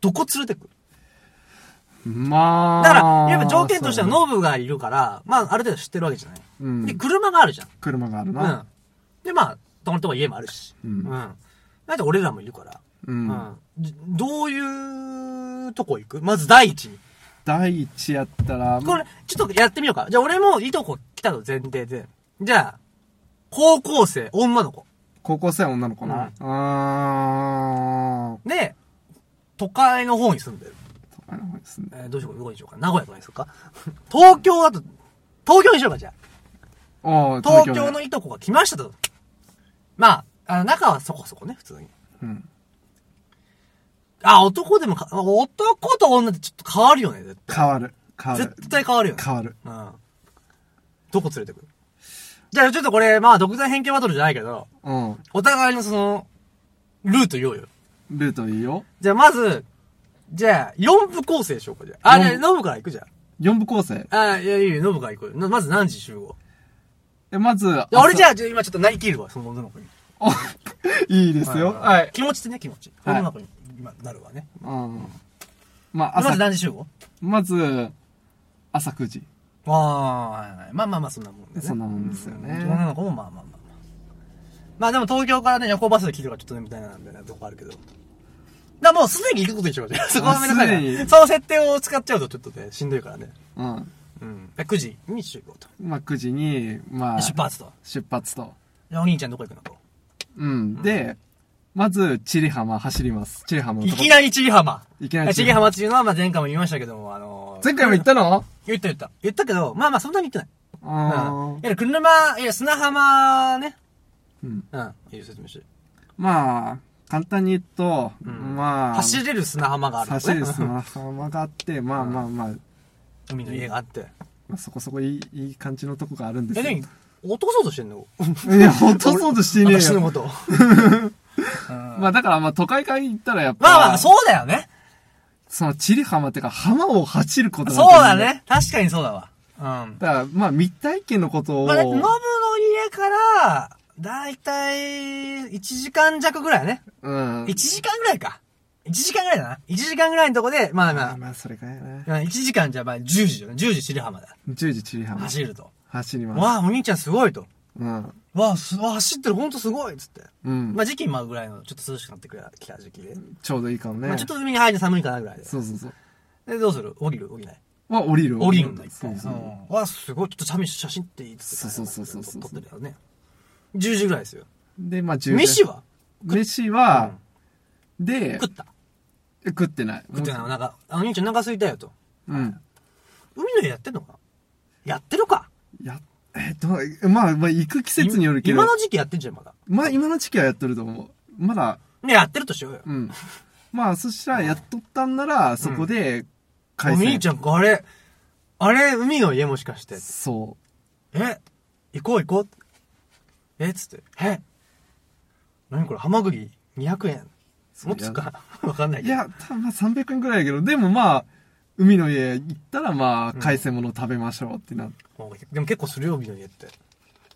どこ連れてくまあ。だから、やっぱ条件としてはそうノブがいるから、まあ、ある程度知ってるわけじゃない。うんで、車があるじゃん。車があるうな。ん。で、まあ、たまたま家もあるし。ううんん。だって俺らもいるから。う。うんん。じどういうとこ行くまず第一に。第一やったら、これ、ちょっとやってみようか。じゃあ俺もいとこ来たの前提で。じゃあ、高校生、女の子。高校生は女の子な。あーで、都会の方に住んでる。都会の方ですね。えーどうしようか、どこにしようか。名古屋とかにするか 東京だと、東京にしようか、じゃあ。ああ、東で京のいとこが来ましたと。まあ、あの中はそこそこね、普通に。うん。あ、男でもか、男と女ってちょっと変わるよね、絶対。変わる。変わる。絶対変わるよね。変わる。うん。どこ連れてくじゃあちょっとこれ、まあ、独断偏見バトルじゃないけど、うん。お互いのその、ルート言おうよ。ルートいいよ。じゃあまず、じゃあ、4部構成しようか、じゃあ。あ、四じ部ゃあノブから行くじゃん。四部構成。あ、いやいやいや、ノブから行くよ。なまず何時集合え、まず、いや俺じゃあ、あ、じゃあ今ちょっとなりきるわ、その女の子に。 いいですよ。はい。気持ちってね、気持ち。はい女の子に今なるわね。うん。まあ、まず朝、何時集合まず、朝9時。ああ、はいはい。まあまあまあ、そんなもんだね。そんなもんですよねうん女の子もまあまあまあまあ。まあでも東京からね、夜行バスで来てるからちょっとね、みたいな、みたいなとこあるけど。だからもうすでに行くことでしょうじゃあ。そこはめんどくさすいでな。にその設定を使っちゃうとちょっとね、しんどいからね。うん。うん。で9時に集合と。まあ、9時に、まあ、出発と。出発と。でお兄ちゃんどこ行くのと。うん。で、まず、チリ浜走ります。チリ浜のいとこきなりちり浜。いきなり千ち里り浜浜っていうのは、まあ前回も言いましたけども、あのー前回も言ったの言った言った。言ったけど、まあまあそんなに言ってない。あうん。いーや、車、いや、砂浜ね。うん。うん。いい説明して。まあ、簡単に言うと、んまあ、走れる砂浜があるのね。走る 砂浜があって、まあまあまあ、海の家があって。まあ、そこそこいいいい感じのとこがあるんですえ、よ。何落とそうとしてんのいや、ほんとそうとしてね私えのこよ。 と。まあだからまあ都会から行ったらやっぱ、まあまあ、そうだよね。そのチリ浜っていうか浜を走ることそうだ。ね。確かにそうだわ。うん。だからまあ未体験のことを、まあ、だってノブの家から、だいたい、1時間弱ぐらいだね。うん。 1時間ぐらいか。1時間ぐらいだな。1時間ぐらいのとこで、まあままああ、まあそれからやな。 1時間じゃまあ10時だね。10時白浜だ。 10時チリ浜。走ると。走ります。わあ、お兄ちゃんすごいと。うん。わあ、すわあ走ってる、ほんとすごいっつって。うんま。あ時期に舞うぐらいの、ちょっと涼しくなってくる来た時期で。ちょうどいいかもね。まあちょっと海に入るの寒いかなぐらいで。そうそうそう。で、どうする降りる降りないは降りる。降りるんだ、一そ回。ううそう。ん。わあ、すごい。ちょっと写真写真って言いつつ。そうそうそうそうそう撮ってるよね。10時ぐらいですよ。で、まあ10飯は飯は、で、食った。食ってない。食ってないお腹。あ、お兄ちゃんお腹空いたよと。うん。海の家やってんのかやってるかや、えっと、まあまあ行く季節によるけど今、の時期やってんじゃん、まだ。まあ今の時期はやってると思う。まだ、ね、やってるとしようよ。うん。まあ、そしたら、やっとったんなら、そこで、お海鮮。兄ちゃん、あれ、あれ、海の家もしかして。そえ行こう行こう。えつって。え何これ、ハマグリ200円。そう。もっとすっかわかんないういけど。や、たまあ、300円くらいやけど、でもまあ、海の家行ったら、まあ、海鮮もの食べましょうってな。でも結構するよ、海の家って。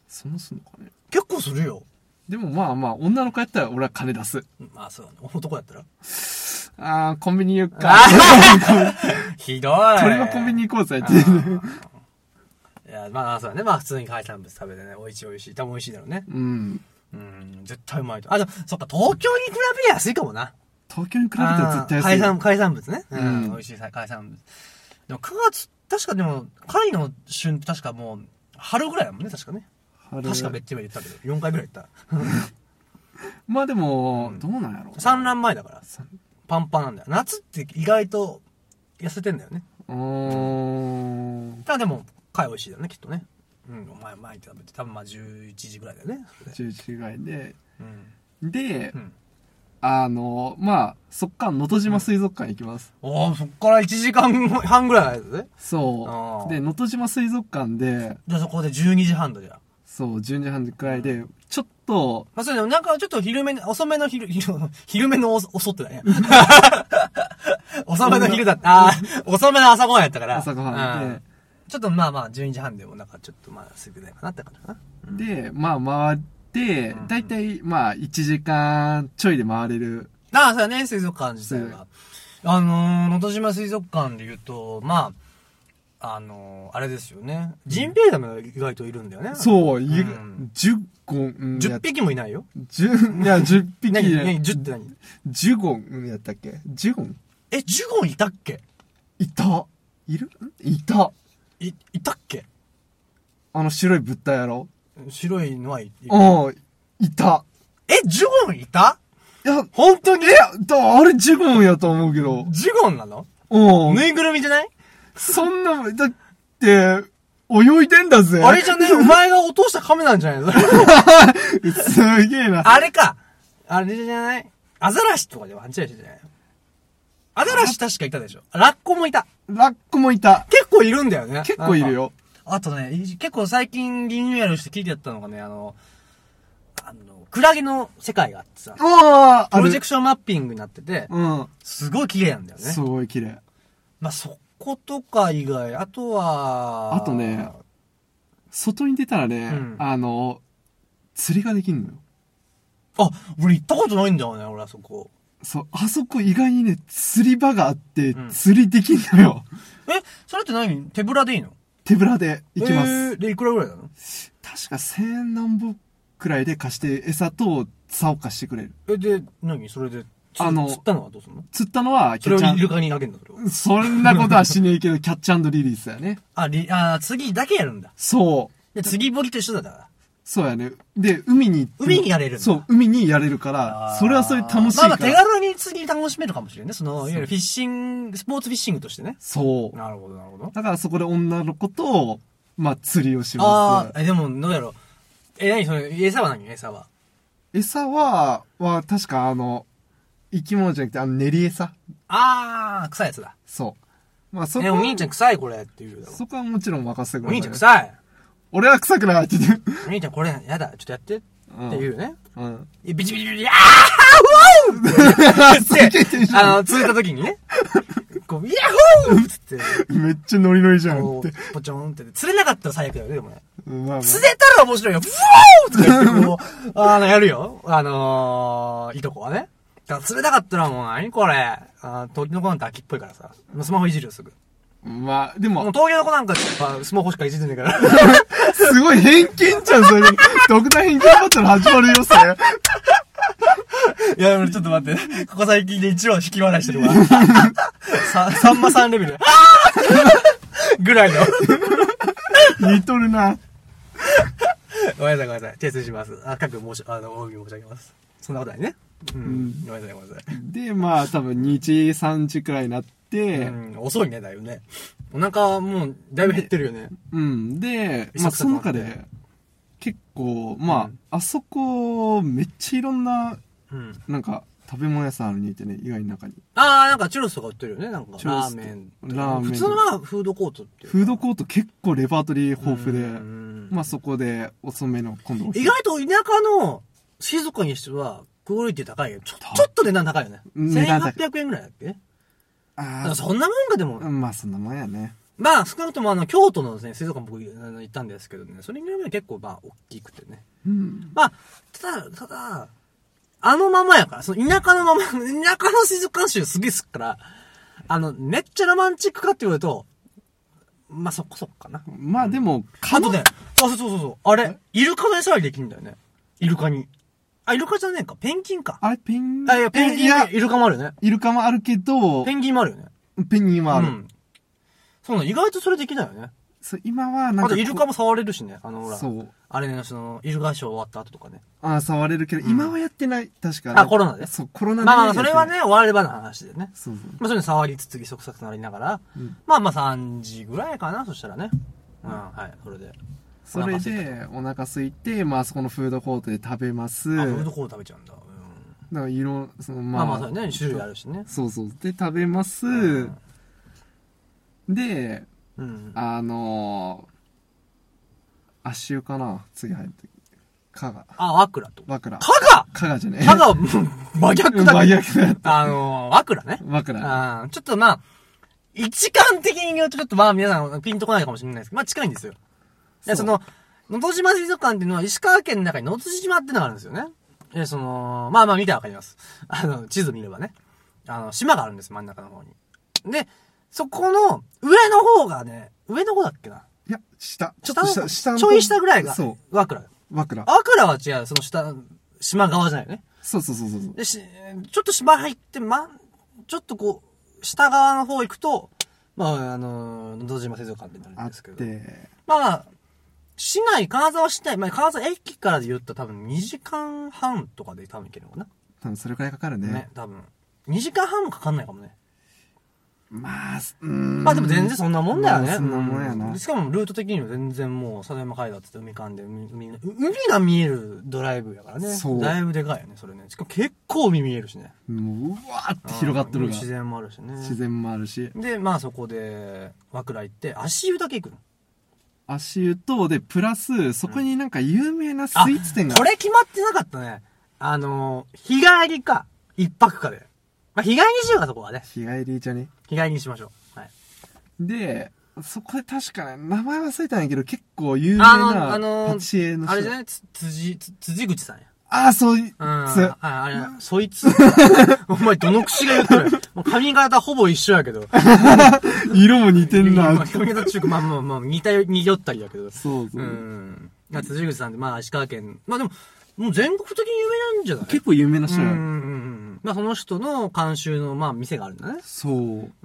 そんなすんのかね。結構するよ。でもまあまあ、女の子やったら俺は金出す。まあそうだね。男や ったらあー、コンビニ行くか。あひどい。それはコンビニ 行こうぜっていうね。いや、まあそうだね。まあ普通に海産物食べてね。おいしいおいしい。多分おいしいだろうね。うん。うん、絶対うまいと。あ、でも、そっか、東京に比べりゃ安いかもな。東京に比べたら絶対安海い。産、海産物ね。ううんん、美味しい海産物。でも9月、確かでも、貝の旬って確かもう、春ぐらいだもんね、確かね。春確か別に言ったけど、4回ぐらい言った。まあでも、どうなんやろ う。産卵前だから産、パンパンなんだよ。夏って意外と痩せてんだよね。うーん。ただでも、貝美味しいだよね、きっとね。うん、お前前食べて、多分まあ11時ぐらいだよね。それで11ぐらいで。うん。でう、ん。あの、まあ、そっから能登島水族館行きます。おー、そっから1時間半ぐらいだよね。あそーう。で、能登島水族館で、じゃあそこで12時半だじゃあ。そう、12時半くらいで、ちょっと、まあ、それでもなんかちょっと昼めの、遅めの昼、 昼、昼めの遅遅ってだ ね。遅めの昼だった。あー遅めの朝ごはんやったから。朝ごはんでうんちょっとまあまあ、12時半でもなんかちょっとまあ、すぐないかなって感じかな。で、まあ、回ってうん、だいたい、まあ、1時間ちょいで回れる。ああ、そうだね、水族館自体は。あのー、のとしま水族館で言うと、まあ、あのー、あれですよね。ジンベエザメが意外といるんだよね。そう、いうん10個、うん、 10匹もいないよ。 10、いや、10 匹何で何 ?10 って何ジュゴンやったっけジュゴンえ、ジュゴンいたっけいた。いるんいた。い、いたっけあの白い物体やろ白いのはいいるああ、いた。え、ジュゴンいたいや、本当にえだあれジュゴンやと思うけど。ジュゴンなのうん。ぬいぐるみじゃないそんな、だって、泳いでんだぜ。あれじゃ ねえお前が落とした亀なんじゃないの すげえな。 あれか あれじゃないアザラシとかでは違う違う違う。アザラシ確かいたでしょラッコもいた。ラッコもいた。結構いるんだよね。結構いるよ。なんか。あとね、結構最近リニューアルして聞いてやったのがね、あの、あの、クラゲの世界があってさ、ああ、プあロるジェクションマッピングになってて、うん。すごい綺麗なんだよね。すごい綺麗。まあ、そことか以外、あとは、あとね、外に出たらね、うんあの、釣りができんのよ。あ、俺行ったことないんだよね、俺あそこ。そう、あそこ意外にね、釣り場があって、うん釣りできんのよ。え、それって何手ぶらでいいの手ぶらで行きます。えーで、いくらぐらいなの確か千何本くらいで貸して、餌と竿貸してくれる。え、で、何それで、つあの釣ったのはどうすんの釣ったのは、それをイルャカに投げんだ、それを。ン。そんなことはしねえけど、キャッチリリースだよね。あ、り、あー、次だけやるんだ。そう。で、次堀と一緒だから。そうやね。で、海に行っても海にやれるんだそう、海にやれるから、それはそれで楽しいまかあら。まあ、手軽に次に楽しめるかもしれんね。その、いわゆるフィッシング、スポーツフィッシングとしてね。そう。なるほど、なるほど。だからそこで女の子と、まあ、釣りをしあまあ、え、でも、どうやろう。え、何それ、餌は何餌は。す。餌は、は、確かあの、生き物じゃなくて、あの、練り餌。ああ、臭いやつだ。そう。まあ、そこえ、お兄は、ちゃん臭いこれって言うだろ。そこはもちろん任せておくれ兄なちゃいん。臭い。俺は臭くないって言って。お兄ちゃんこれやだ、ちょっとやってって言うね。 うん。ビチビチビチ、あーうわーって言って、あの、通った時にね、こう、イヤホーっつって、めっちゃノリノリじゃんっこて。う、ポチョンって、釣れなかったら最悪だよね、でもね。うんまあまあ釣れたら面白いよ、うわーとか言って、こう、 あの、やるよ。あのー、いとこはね。だから釣れなかったらもう何これ。あー東京の子なんて秋っぽいからさ。もうスマホいじるよ、すぐ。まあ、でもうも、東京の子なんかやっぱスマホしかいじってないから。すごい偏見じゃん、それ。ドクター偏見バトル始まるよ、それ。いや、俺ちょっと待って。ここ最近で一番引き笑いしてる わ。さ、さんまさんレベル。あーぐらいの。似とるな。ごめんなさい、ごめんなさい。訂正します。あ、各申し、あの、お詫び申し上げます。そんなことないね。うん。ごめんなさい、ごめんなさい。で、まあ、多分、2時、3時くらいになってう、ん、遅いね、だいぶね。お腹、もう、だいぶ減ってるよね。うん。で、忙しかまあ、ったその中で、結構、まあ、あそこ、めっちゃいろんな、うん。なんか、食べ物屋さんあるにいてね、意外に中に。あー、なんかチュロスとか売ってるよね、なんか。ラチュロースとメン。ラーメ普ン通のはフードコートっていうか。フードコート結構レパートリー豊富で、うんまあ、そこで、遅めの、今度、意外と田舎の静岡にしては、クオリティ高いよ。ちょ、ちょっと値段高いよね。うん値段高い1800円ぐらいだっけだかあらそんなもんかでも、あ、まあ、そんなもんやね。まあ少なくともあの京都のですね水族館僕あの行ったんですけどねそれに比べて結構まあ大きくてねうん。まあただただあのままやからその田舎のまま 田舎の水族館集すげえすっからあのめっちゃロマンチックかって言われるとまあそこそこかなまあ、でも、あとねあそうそうそうそうあれイルカの餌やりできるんだよねイルカにあイルカじゃねえかペンギンかあれ、ペンあいやペンギンいやイルカもあるよねイルカもあるけど、ペンギンもあるよねペンギンもある。うんそうなの意外とそれできないよねそう今はなんかこう。あとイルカも触れるしねあのほらそう。あれね、その、イルカショー終わった後とかね。ああ、触れるけど、今はやってない。確かあコロナでそう、コロナで。まあ、それはね、。終わればの話でね。そうそう。まあ、それに触りつつ、ぎそくさくなりながら、うんまあまあ3時ぐらいかな、そしたらね。うん、はい、それで。それで、お腹空いて、まあ、そこのフードコートで食べます。あ、だフードかコート食べちゃうんだ。うんら、いろん、その、ままああ、まあ、そうだね、種類あるしね。そうそう。で、食べます。んで、うん。あのー、足湯かな次入って。加賀。あ、ワクラと。和倉。加賀加賀じゃねえ。加 賀、もう真逆だ真ね。逆だった。あのー、ワクラね。和倉。あーちょっとまあ、一貫的に言うとちょっとまあ皆さんピンとこないかもしれないですけど、まあ近いんですよ。で、そそうの、能登島水族館っていうのは石川県の中に能登島っていうのがあるんですよね。で、その、まあまあ見てわかります。あの、地図見ればね。あの、島があるんです、真ん中の方に。で、そこの、上の方がね、上の方だっけないや、下。ちょっと下、下のちょい下ぐらいが、そ和倉。う、枕。和倉は違う、その下、島側じゃないよね。そうそうそうそうそう。で、し、ちょっと島入って、ま、ちょっとこう、下側の方行くと、まあ、あの、のど島水族館ってなるあんっですけど。て、まあ、市内、金沢市内、まあ、金沢駅からで言ったら多分2時間半とかで多分行けるのかな。多分それくらいかかるね。ね、多分。2時間半もかかんないかもね。まあ、すうーん。まあでも全然そんなもんだよね。まあそんなもんやなうしかもルート的には全然もう、佐山海だっつって海間で、海、海海が見えるドライブやからね。そうだいぶでかいよね、それね。しかも結構海見えるしね。もう、うわーって広がっとるうんが。自然もあるしね。自然もあるし。で、まあそこで、和倉行って、足湯だけ行くの。足湯と、で、プラス、そこになんか有名なスイーツ店が。これ決まってなかったね。あのー、日帰りか、一泊かで。まあ日帰りしようか、そこはね。日帰りじゃね日帰りにしましょう。はい。で、そこで確かね、名前忘れたんやけど、結構有名あの、な、あのー、パチエの人。あれじゃないつ辻、つ辻口さんや。あーそういう、うん。そうああれ、そいつ。 お前、どの口が言ってるもう髪型ほぼ一緒やけど。色も似てんな。髪型中まあまあまあ、似たよ、似よったりやけど。そうそうう。ん。まあ辻口さんって、まあ、石川県。まあでも、もう全国的に有名なんじゃない結構有名な人うんやうんうんうん。まあ、その人の監修の、まあ、店があるんだね。そう。う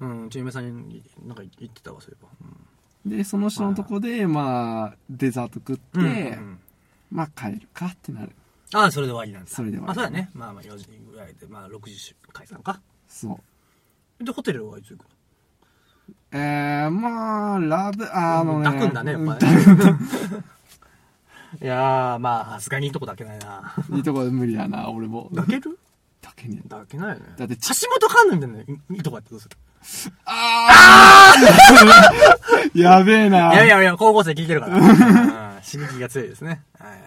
ん、うちの嫁さんに、なんか言ってたわ、そういえば。で、その人のとこで、まあ、デザート食って、うんうんうんまあ帰るかってなる。ああ、それで終わりなんですそれで終わりまあ、そうだね。まあまあ、4時ぐらいで、まあ、6時解散か。そう。で、ホテルはいつ行くのえー、まあ、ラブ、あのね。抱くんだね、やっぱうんり、ね。 いやー、まあ、さすがにいいとこだけない な。抱くいいとこで無理やな、俺も。抱けるだけね。抱けないよね。だって橋本環奈みたいないいとこやってどうするやべえな。いやいやいや、高校生聞いて るから。うん刺激が強いですね。はい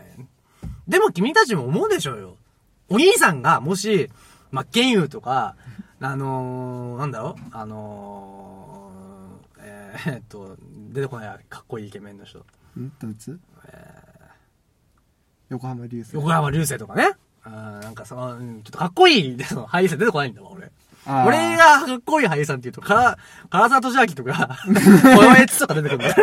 でも君たちも思うでしょうよ。お兄さんが、もし、まあ、剣友とか、あのー、なんだろうあのー、えー、えーっと、出てこないかっこいいイケメンの人。んどっち横浜流星。横浜流星とかね。あーなんかその、うんちょっとかっこいいでその俳優さん出てこないんだわ、俺。あー俺がかっこいい俳優さんって言うと、から、唐沢俊明と か、このエツとか出てくるんだよ。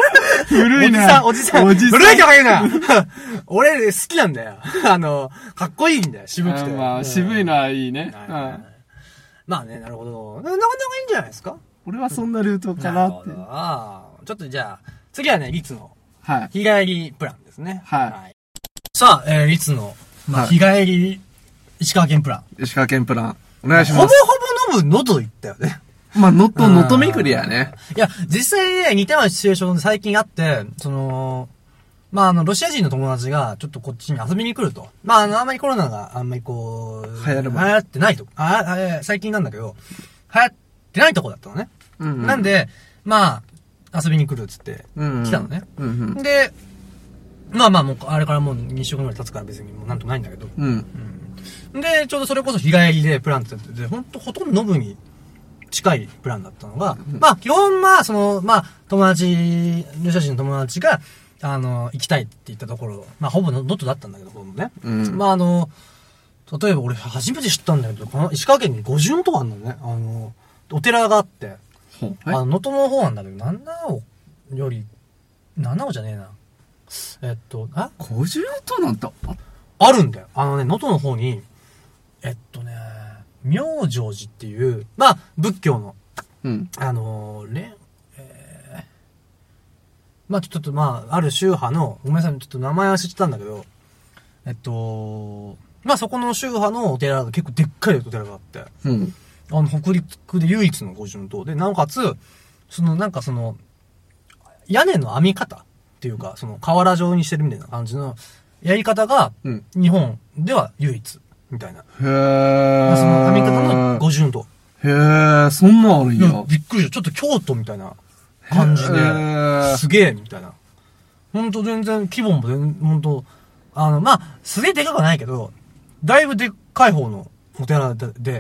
古いな。おじさん、おおじさじさん。ん。古いとか言うな 俺好きなんだよ。 あの、かっこいいんだよ、渋くあて。ーまうんあ、渋いの。はいいね。はいうはいはいん。まあね、なるほど。なかなかいいんじゃないですか俺はそんなルートかなっるてほ。どあーちょっとじゃあ、次はね、リツのはい。日帰りプランですね。はいさあ、えー、リツの、まあ、はい日帰り、石川県プラン。石川県プラン、お願いしほぼまほす。ぼ飲むのと言ったよね。まあ、のと、のとめくりやね。いや、実際ね、似たようなシチュエーションで最近あって、その、まあ、あの、ロシア人の友達が、ちょっとこっちに遊びに来ると。まあ、あの、あんまりコロナが、あんまりこう、流行る前ってないと。あ、あえー最近なんだけど、流行ってないとこだったのね。うんうんなんで、まあ、遊びに来るっつって、うんうん来たのね。うんうん。で、まあまあ、もう、あれからもう2週間ぐらい経つから別にもうなんともないんだけど。うん。で、ちょうどそれこそ日帰りでプランってやってて、ほんとほとんど飲むに近いプランだったのが、まあ基本まあその、まあ友達、入社人の友達が、あの、行きたいって言ったところ、まあほぼのノットだったんだけど、ほぼね。うんまああの、例えば俺初めて知ったんだけど、この石川県に五重のとこあるのね。あの、お寺があって、ほう。あの、能登の方なんだけど、七尾より、七尾じゃねえな。えっと、あ五十音なんてあっあるんだよ。あのね、能登の方に、えっとね、明星寺っていう、まあ、仏教の、うん。あのー、れん、えー、まあ、ちょっとまあ、ある宗派の、ごめんなさい、ちょっと名前は知ってたんだけど、えっと、まあそこの宗派のお寺が結構でっかいお寺があって、うん。あの、北陸で唯一の五重塔で、なおかつ、その、なんかその、屋根の編み方っていうか、その、瓦状にしてるみたいな感じの、やり方が、うん。日本では唯一、みたいな。へー。その髪型の五重塔。へー、そんなんあるんいやや。びっくりした。ちょっと京都みたいな感じでへ、ーすげえ、みたいな。ほんと全然、規模も全ほんと、あの、まあ、すげえでかくはないけど、だいぶでっかい方のお寺で、で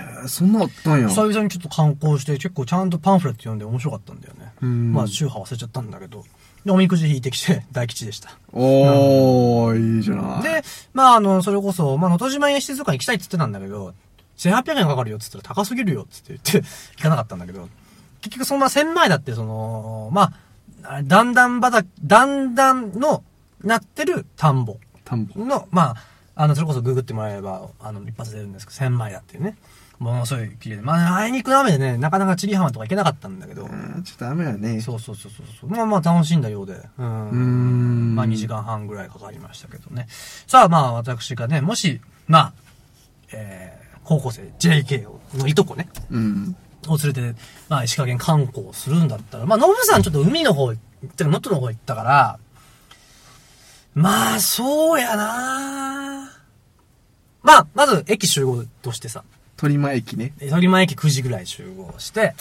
へーそんなんあったんや。久々にちょっと観光して、結構ちゃんとパンフレット読んで面白かったんだよね。うんまあ、宗派忘れちゃったんだけど。で、おみくじ引いてきて、大吉でした。おー、いいじゃない。で、まあ、あの、それこそ、まあ、能登島に施設とかに行きたいって言ってたんだけど、 1800円かかるよっつったら高すぎるよっつって言って 行かなかったんだけど、結局そんな1000枚だってその、まあ、あだんだんばだ、だんだんの、なってる田んぼ田んぼ。の、まあ、あの、それこそググってもらえれば、あの、一発出るんですけど、1000枚だっていうね。ものすごい綺麗で。まあ、あいにくの雨でね、なかなかチリ浜とか行けなかったんだけど、うんちょっと雨はね。そうそうそうそうそう。まあまあ楽しんだようで。うん。うーんまあ2時間半ぐらいかかりましたけどね。さあまあ私がね、もし、まあ、えー、高校生 JK のいとこね、うん。を連れて、まあ石川県観光するんだったら、まあノブさんちょっと海の方、てか能登の方行ったから、まあそうやなまあ、まず駅集合としてさ、鳥間駅ね。で鳥間駅9時ぐらい集合して、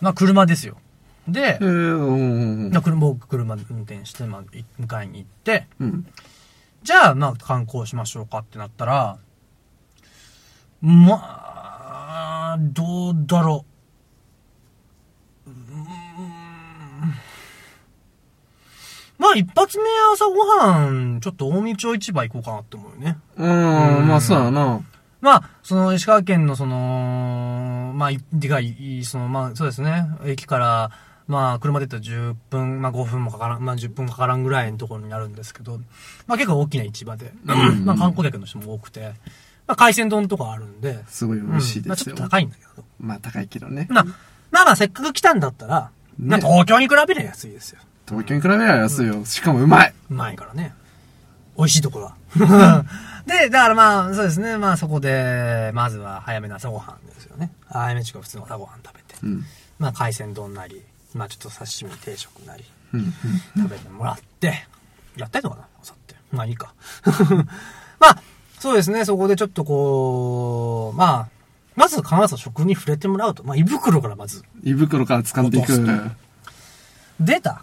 まあ車ですよ。で、えー、うん。だから僕車運転して、まあ、い迎えに行って、うん。じゃあ、まあ、観光しましょうかってなったら、まあ、どうだろう。うーんまあ、一発目朝ごはん、ちょっと大道町市場行こうかなって思うよね。うん、まあそうだな。まあ、その、石川県のその、まあ、いでかい、その、まあ、そうですね、駅から、まあ、車で言ったら10分、まあ5分もかからん、まあ10分かからんぐらいのところになるんですけど、まあ結構大きな市場で、まあ観光客の人も多くて、まあ海鮮丼とかあるんで、すごい美うん味しいまであすちょっよ。と高いんだけど。まあ高いけどね。まあ、まあまあせっかく来たんだったら、まあね東京に比べりゃ安いですよ。東京に比べれば安いよ。しかもうまい。うまいからね。美味しいところ は。で、だからまあ、そうですね。まあそこで、まずは早めの朝ごはんですよね。早めちく普通の朝ごはん食べて。うん。まあ海鮮丼なり、まあちょっと刺身定食なり、うん。うん食べてもらって、やったりとかな、あさって。まあいいか。 まあ、そうですね。そこでちょっとこう、まあ、まず必ず食に触れてもらうと。まあ胃袋からまず。胃袋から掴んでいく。落と出た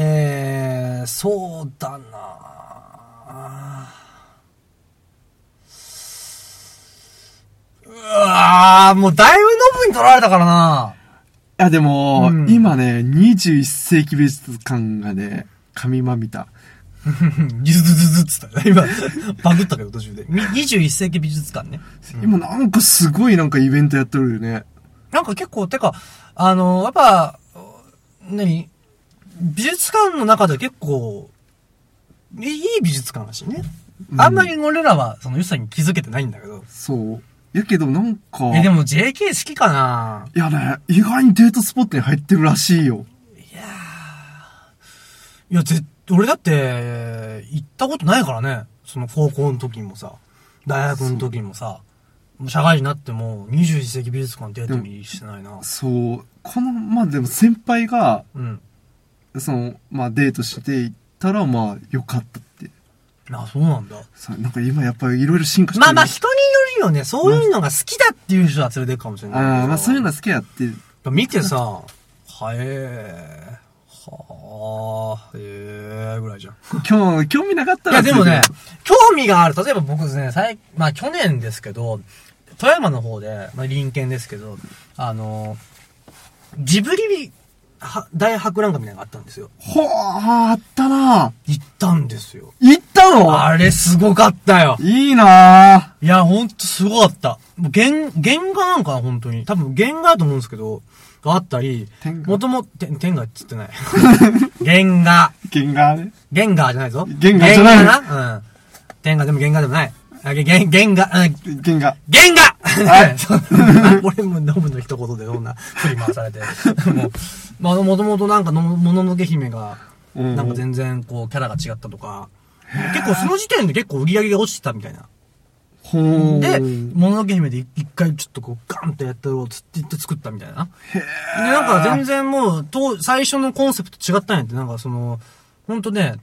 えー、そうだなうわーもうだいぶノブに取られたからないやでも、うん今ね、21世紀美術館がね、神まみた。 ズズズズっつった今、バグったけど途中で。み21世紀美術館ね。今なんかすごいなんかイベントやってるよね。なんか結構、てか、あの、やっぱ、何美術館の中で結構、いいい美術館らしいね。あんまり俺らは、その良さに気づけてないんだけど。そう。やけどなんか、え、でも JK 好きかないやね、意外にデートスポットに入ってるらしいよ。いや、ぜ、俺だって、行ったことないからね。その高校の時もさ、大学の時もさ、もう社会人になっても21世紀美術館デートにしてないな。そう。この、まあでも先輩が、うん。その、まあデートして行ったら、まあ良かったって。あ、そうなんだ。そうなんか今やっぱりいろいろ進化してる。まあまあ人によるよね。そういうのが好きだっていう人は連れてくかもしれないけど。あーまあそういうのは好きやって。見てさ、はえー、はー、えー、ぐらいじゃん。今日、興味なかったいら。やでもね、興味がある。例えば僕ですね、最、まあ去年ですけど、富山の方で、まあ林県ですけど、あの、ジブリは大博覧会みたいなのがあったんですよ。ほー、あったな行ったんですよ。行ったのあれすごかったよ。いいないや、ほんとすごかった。もう原、原画なんかな、本当に。多分原画だと思うんですけど、があったり天、画もとも、て天画っつってない。 原画。原画ね。ゲンガーじゃないぞ。ゲンガーじゃないゲンガーなうん。ゲンガーでもゲンガーでもない。あ、ゲゲン、ゲンガー、うん原画。ゲンガーはいそう 俺もノブの一言でそんな振り回されて。もう、まあ、もともとなんかの、もののけ姫が、うんなんか全然こう、キャラが違ったとか、結構その時点で結構売り上げが落ちてたみたいな。ほー。で、もののけ姫で一回ちょっとこう、ガンってやったろうっつって言って作ったみたいな。で、なんか全然もう、と、最初のコンセプト違ったんやって、なんかその、ほんとね、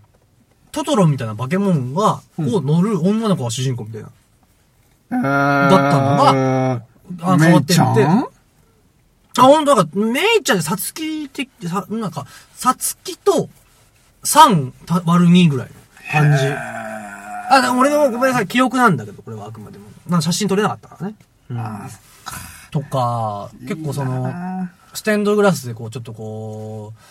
トトロみたいな化け物が、を乗る女の子が主人公みたいな。だっったのがあ変わってってちゃんあ、ほんと、なんか、メイちゃんでさつき的、さ、なんか、さつきと、3割る2ぐらいの感じ。あ、でも俺のごめんなさい、記憶なんだけど、これはあくまでも。なんか写真撮れなかったからね。うん、とか、結構その、ステンドグラスでこう、ちょっとこう、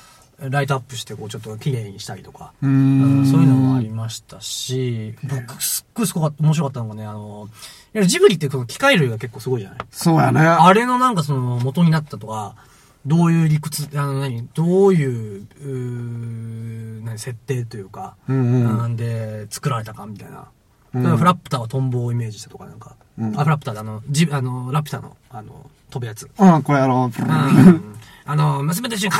ライトアップして、こう、ちょっと綺麗にしたりとか、うーうんん。そういうのもありましたし、僕、すっごいすごかった、面白かったのがね、あの、いやジブリってこの機械類が結構すごいじゃないそうやね。あれのなんかその元になったとか、どういう理屈、あの何、どういう、うー何、設定というか、うんうんなんで作られたかみたいな。うんだからフラプターはトンボをイメージしたとかなんか、うんあ、フラプターだ、あの、ジあの、ラピュタの、あの、飛ぶやつ。うん、これやろう。うんあの、娘と一緒に重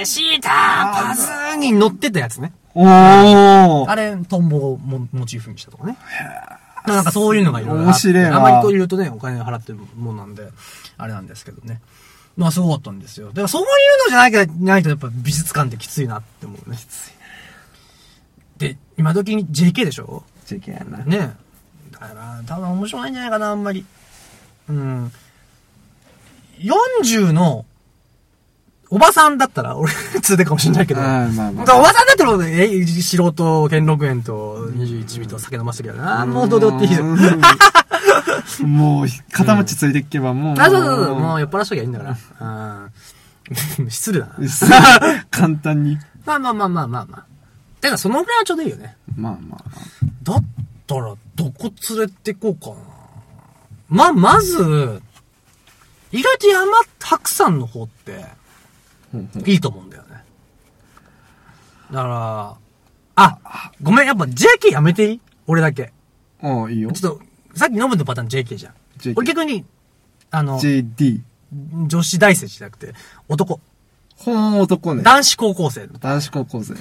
ねシーターパズーに乗ってたやつね。おー。あれ、トンボをモモチーフにしたとかね。なんかそういうのがいろいろあって。面白いなあまりこう言うとね、お金払ってるもんなんで、あれなんですけどね。まあすごかったんですよ。だからそういうのじゃないけど、ないとやっぱ美術館ってきついなって思うね。きついで、今時に JK でしょちょいけやな。ねえ。だから、多分面白くないんじゃないかな、あんまり。うん。40の、おばさんだったら、俺、通でかもしれないけど。うんまあまだあからおばさんだったら、え、素人、兼六園と21尾と酒飲ましたけどな。もうどうでもいいよ。うんもう、片町ついていけばもう。あ、そうそうそう。もう酔っ払っときゃいいんだから。うん。 失礼だな。そう 簡単に。まあまあまあまあまあまあ。てか、そのぐらいはちょうどいいよね。まあまあだったら、どこ連れてこうかな。まあ、まず、意外と山、白山の方って、いいと思うんだよね。だから、あ、ごめん、やっぱ JK やめていい俺だけ。まあ。ああ、いいよ。ちょっと、さっきノブのパターン JK じゃん。 JK 俺逆に、あの、 JD。女子大生じゃなくて、男、本男ね。男子高校生の。男子高校生ね。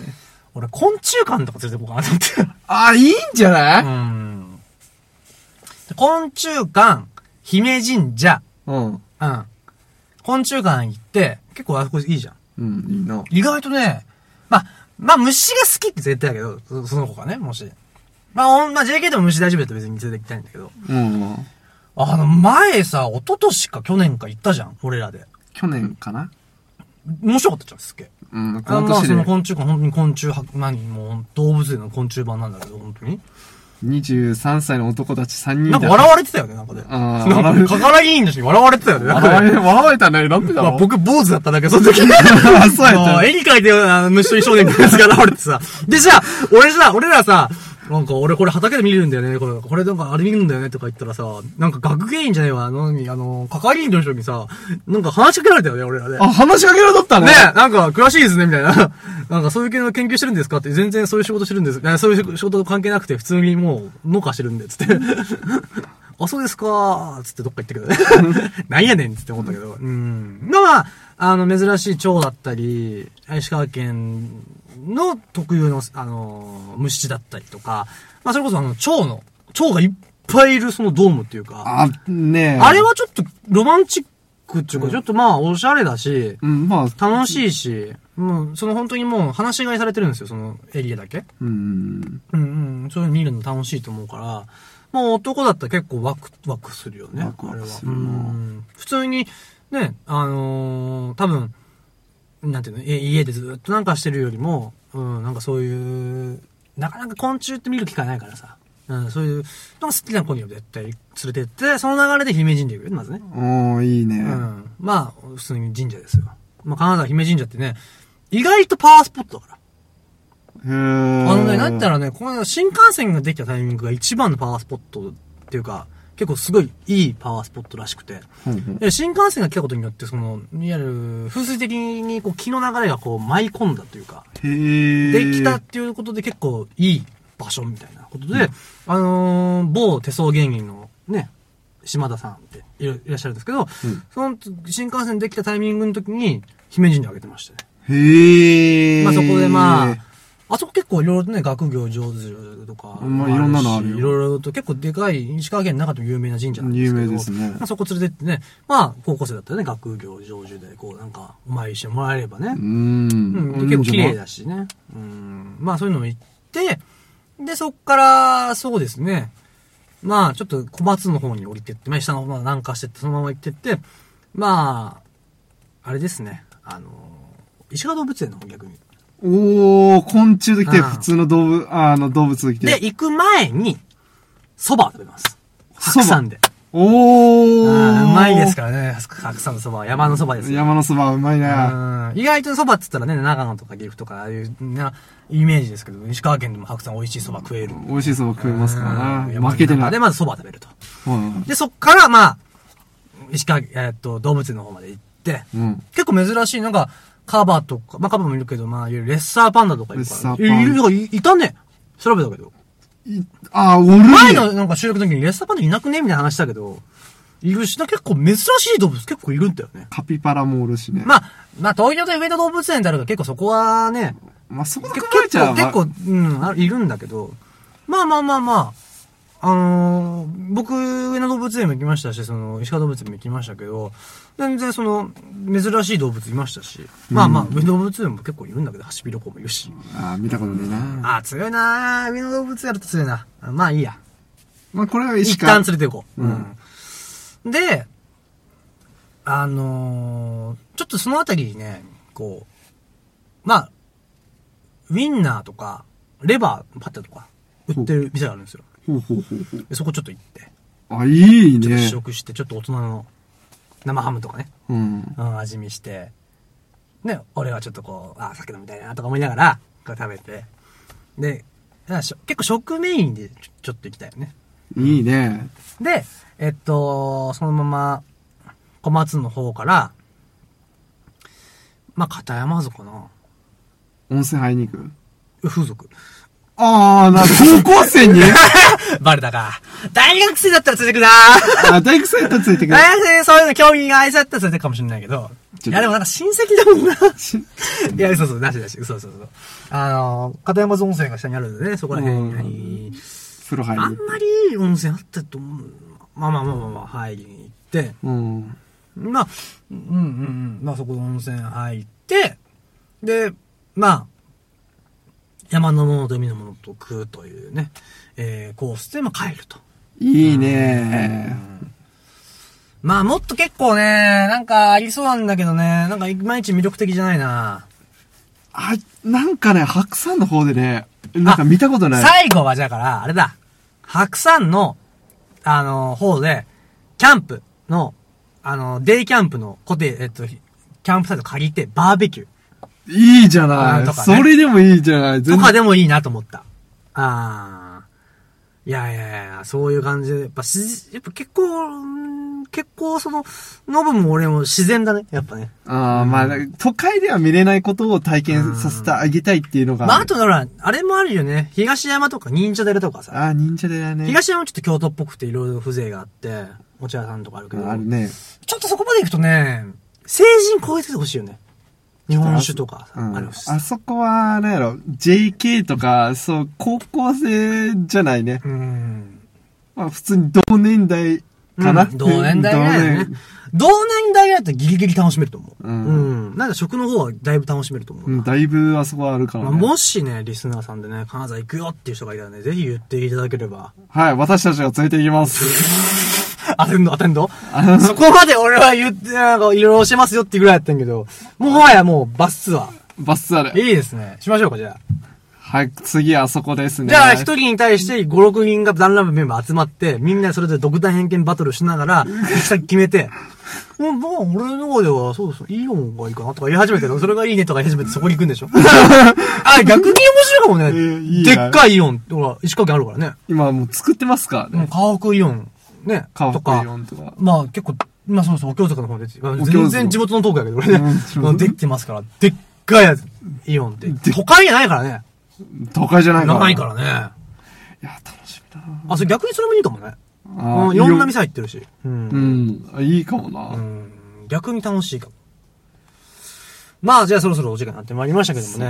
俺、昆虫館とか連れてこうかなと思って。あ、いいんじゃうないん。昆虫館、姫神社、うん。うん。昆虫館行って、結構あそこいいじゃん。うん、いいな。意外とね、まあ、まあ虫が好きって絶対だけど、そその子がね、もし。まあ、おんまあ、JK でも虫大丈夫だと別に連れて行きたいんだけど。うん。あの、前さ、一昨年か去年か行ったじゃん、俺らで。去年かな面白かったじゃん、すっげえ。うん、こあのまあ、年そので。昆虫館、本当に昆虫博、何、もう動物園の昆虫版なんだけど、本当に。 23歳の男たち3人なんか笑われてたよね、なんかで。あーなんか、かからいいんだし、笑われてたよね。なんかね笑われ、笑われたね。なんでだまあ、ろう。僕、坊主だったんだけど、その時。あ、そうやもっう絵に描いて る、あの、虫と少年くんが現れてさ。で、じゃあ、俺じゃ俺らさ、なんか、俺これ畑で見れるんだよね。これ、これなんかあれ見るんだよねとか言ったらさ、なんか学芸員じゃねえわ。なのに、あの、係員の人にさ、なんか話しかけられたよね、俺らで。た。あ、話しかけられとったね。ねえ、なんか、詳しいですね、みたいな。 なんか、そういう系の研究してるんですかって、全然そういう仕事してるんです。いやそういう仕事と関係なくて、普通にもう、農家してるんで、つって。 あ、そうですかつってどっか行ったけどね。 なんやねんつって思ったけど。うん。まあ、あの、珍しい蝶だったり、石川県の特有の、あの、虫だったりとか、まあ、それこそあの、蝶の、蝶がいっぱいいるそのドームっていうか、あ、ねえ。あれはちょっとロマンチックっていうか、ちょっとまあ、おしゃれだし、うん、まあ、楽しいし、もう、その本当にもう、話し飼いされてるんですよ、そのエリアだけ。うん。うんうん、そういうの見るの楽しいと思うから、まあ男だったら結構ワクワクするよね。ワクワクするあなれはうん普通に、ね、あのー多分、なんていうの、え家でずっとなんかしてるよりも、うん、なんかそういう、なかなか昆虫って見る機会ないからさ、うん、そういう、なんか好きな子には絶対連れてって、その流れで姫神社行くよね、まずね。おー、いいね。うん。まあ、普通に神社ですよ。まあ、金沢姫神社ってね、意外とパワースポットだから。へーあのね、なんたらね、この新幹線ができたタイミングが一番のパワースポットっていうか、結構すごいいいパワースポットらしくて。うんうんで新幹線が来たことによって、その、いわゆる、風水的にこう気の流れがこう舞い込んだというか、へーできたっていうことで結構いい場所みたいなことで、あのー某手相芸人のね、島田さんっていらいらっしゃるんですけど、その新幹線できたタイミングの時に姫路にあげてましたね。へえ。まあそこでまあ、あそこ結構いろいろとね、学業上手とか。まあいろんなのあるよしいろいろと結構でかい、石川県の中でも有名な神社なんです有けど。名ですねまあ、。そこ連れてってね、まあ高校生だったらね、学業上手で、こうなんか、お参りしてもらえればねう、ん。うん、結構綺麗だしね。うん。まあそういうのも行って、で、そっから、そうですね。まあちょっと小松の方に降りてって、まあ下の方まで南下してって、そのまま行ってって、まあ、あれですね。あの、石川動物園の方逆に。おー、昆虫できて、うん普通の動物、あの、動物できで、て。行く前に、蕎麦を食べます。蕎麦白山で。おー。あーうまいですからね、白山のそばは山のそばですよ。山のそばうまいな。うん意外とそばっつったらね、長野とか岐阜とか、ああいうな、イメージですけど、石川県でも白山美味しいそば食える。美味しいそば食えますからうんな。負けてなで、い。まずそば食べると。うん。で、そっから、まあ、石川、えーっと、動物園の方まで行って、うん。結構珍しいのが、カバとか、まあカバもいるけど、まあ、いわゆるレッサーパンダとかいるから。レッサーパンダいるいるいいたね。調べたけど。いあー、おるね前のなんか収録の時にレッサーパンダいなくねみたいな話したけど、いるしな、結構珍しい動物結構いるんだよね。カピバラもおるしね。まあ、まあ、東京と上野動物園であるから結構そこはね、まあ、そこでけ考え結ちゃ構、う。結構、うん、あいるんだけど、まあまあまあまあ、あのー僕、上野動物園も行きましたし、その、石川動物園も行きましたけど、全然その、珍しい動物いましたし、まあまあ、上野動物園も結構いるんだけど、ハシビロコウもいるし。あー、見たことねえな。あー、強いなー上野動物園やると強いな。あまあいいや。まあ、これは一石川旦。連れて行こう。うんうんで、あのーちょっとそのあたりにね、こう、まあ、ウィンナーとか、レバーパテとか、売ってる店があるんですよ。ほうほうほうほう。でそこちょっと行って、あ、いいちょっと試ね。食して、ちょっと大人の生ハムとかね、うん。うん、味見して、ね、俺はちょっとこう、あ、酒飲みたいなとか思いながら、こう食べて、で、あしょ結構食メインでちょちょっと行きたいよね。いいね。で、えっと、そのまま、小松の方から、まあ、片山族かな温泉入りに行く。風俗。あー、な、高校生に バレたか。大学生だったら連れてくなあ、大学生だったらついてくる。 大学生でそういうの興味が愛されたら連れてくかもしれないけど。ちょっといや、でもなんか親戚だもんな。 しいや、そうそう、なしなし。そうそうそう。あの、片山津温泉が下にあるんでね、そこら辺うんに。風呂入ありんに行く。まりいい温泉あったと思う。まあまあまあまあまあ、入りに行って。うん。まあ、うんうんうん。まあそこで温泉入って、で、まあ、山のものと海のものと食うというね、えー、コースで、まあ帰ると。いいね。まあもっと結構ね、なんかありそうなんだけどね、なんかいまいち魅力的じゃないな。あ、なんかね、白山の方でね、なんか見たことない。最後はじゃあから、あれだ。白山の、あの、方で、キャンプの、あの、デイキャンプのコテ、えっと、キャンプサイト借りて、バーベキュー。いいじゃあなーい。とかねそれでもいいじゃない。と全か然。でもいいなと思った。ああ。いやいやいや、そういう感じで、やっぱし、やっぱ結構、うん結構その、ノブも俺も自然だね、やっぱね。ああ、まあ、都会では見れないことを体験させてあげたいっていうのが。まあ、あとだから、あれもあるよね。東山とか忍者寺とかさ。あー、忍者だよね。東山もちょっと京都っぽくていろいろ風情があって、お茶屋さんとかあるけど、あるね。ちょっとそこまで行くとね、成人超えててほしいよね。日本酒とかさ、うんあるあし。そこは、なんやろ、JK とか、そう、高校生じゃないね。うん。まあ、普通に同年代かな。うん同年代ぐらいだよね。同年代ぐらいだったらギリギリ楽しめると思う。ううんん。なんか食の方はだいぶ楽しめると思う同年。うな。ん、だいぶあそこはあるからまあ、ね。もしね、リスナーさんでね、金沢行くよっていう人がいたらね、ぜひ言っていただければ。はい、私たちが連れて行きます。 アテンド、アテンドそこまで俺は言って、なんかいろいろしますよっていうぐらいやったんやけど、もはやもうバスツアバスツアーー。いで。いですね。しましょうか、じゃあ。はい、次あそこですね。じゃあ、一人に対して5、6人がダンラブメンバー集まって、みんなそれぞれ独断偏見バトルしなが ら、行き先決めて、うん、まあ、俺の方では、そうですね、いい方がいいかなとか言い始めて、それがいいねとか言い始めて、そこに行くんで しょあ、逆に面白いかもね。ーいいでなっかいイオン、ほら、石川県あるからね。今もう作ってますからもうね。川北イオン、ね、カとワかイ、オンとか。まあ結構、まあそうそう、お京都の方で、まあ京全都然地元のトークやけど、俺ね、うんまあできてますから、でっかいやつ、イオンって。都会じゃないからね。都会じゃないから。。長いかららね。いや、楽しみだなあ、それ逆にそれもいいかもね。うあーん、いろんな店入ってるし。う。うんん、あいいかもうな。ん。逆に楽しいかも。まあ、じゃあそろそろお時間になってまいりましたけどもね。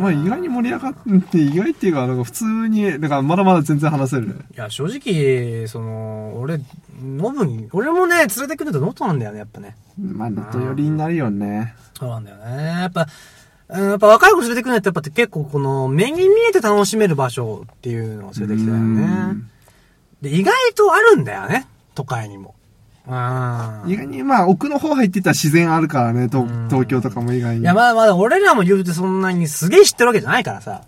まあ、意外に盛り上がって、意外っていうか、なんか普通に、だからまだまだ全然話せるね。いや、正直、その、俺、ノブに、俺もね、連れてくるとノートなんだよね、やっぱね。まあ、後寄りになるよね。そうなんだよね。やっぱ、うんやっぱ若い子連れてくるのってやっぱ結構この目に見えて楽しめる場所っていうのを連れてきたようねん。で、意外とあるんだよね。都会にも。うん。意外に、まあ、奥の方入ってたら自然あるからね、とん東京とかも意外に。いや、まあまあ、俺らも言うてそんなにすげえ知ってるわけじゃないからさ。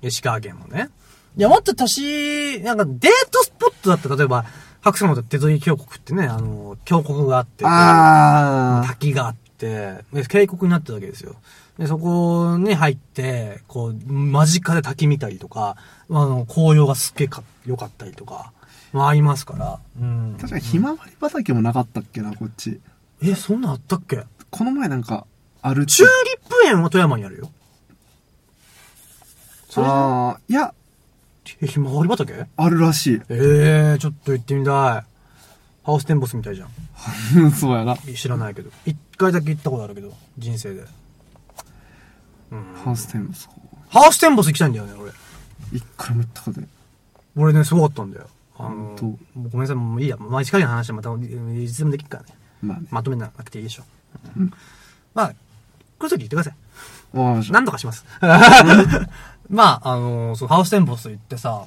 石川県もね。いや、もっと年、なんかデートスポットだったら、例えば、白山の出沿い峡谷ってね、あの、峡谷があって、ああ。滝があって、で渓谷になってるわけですよ。で、そこに入って、こう、間近で滝見たりとか、あの、紅葉がすっげえか良かったりとか、まあありますから。うん。確かにひまわり畑もなかったっけな、こっち。え、そんなんあったっけこの前なんか、あるチューリップ園は富山にあるよ。それああ、いや、えひまわり畑あるらしい。 ええー、ちょっと行ってみたい。ハウステンボスみたいじゃん。うんそうやな。知らないけど。一回だけ行ったことあるけど、人生で。ハウステンボス。ハウステンボス行きたいんだよね、俺。一回も行ったことない。俺ね、すごかったんだよ。あの、も本う当ごめんなさい、もういいや。毎日限りの話はまた、うんいつでもできるからね。まあね。まとめなくていいでしょ。うんまあ、来るとき言ってください。わかりました。何とかします。 まあ、あのそう、ハウステンボス行ってさ、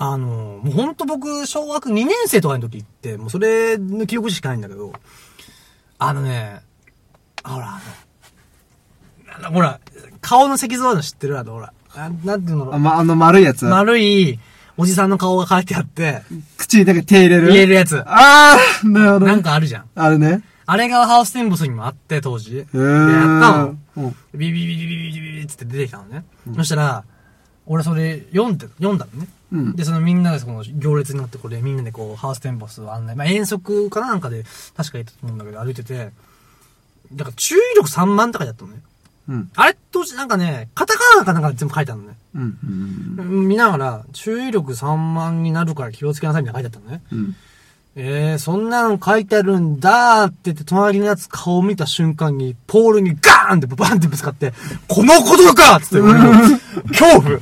あのもうほんと僕、小学2年生とかの時行って、もうそれの記憶しかないんだけど、あのね、ほら、あの、なんだほら、顔の石像あるの知ってるあの、ほら、あなんていうあ、の、ま、あの丸いやつ。丸いおじさんの顔が描いてあって、口にだけ手入れる。入れるやつ。ああ、なるほど。なんかあるじゃん。あれね。あれがハウステンボスにもあって、当時。うでやったの。ーん。うん。ビビビビビビビビビって出てきたのね。そしたら、俺それ読んで、読んだのね。うんで、そのみんなでその行列になって、これみんなでこう、ハウステンボスを案内、まあ遠足かなんかで、確か行ったと思うんだけど、歩いてて、だから注意力3万とかだったのね。うん。あれ当時なんかね、カタカナかなんか全部書いてあるのね。うん。うん。見ながら、注意力3万になるから気をつけなさいみたいなの書いてあったのね。うん。えー、そんなの書いてあるんだーって言って、隣のやつ顔見た瞬間に、ポールにガーンってバンってぶつかって、このことかっつって、俺も 恐怖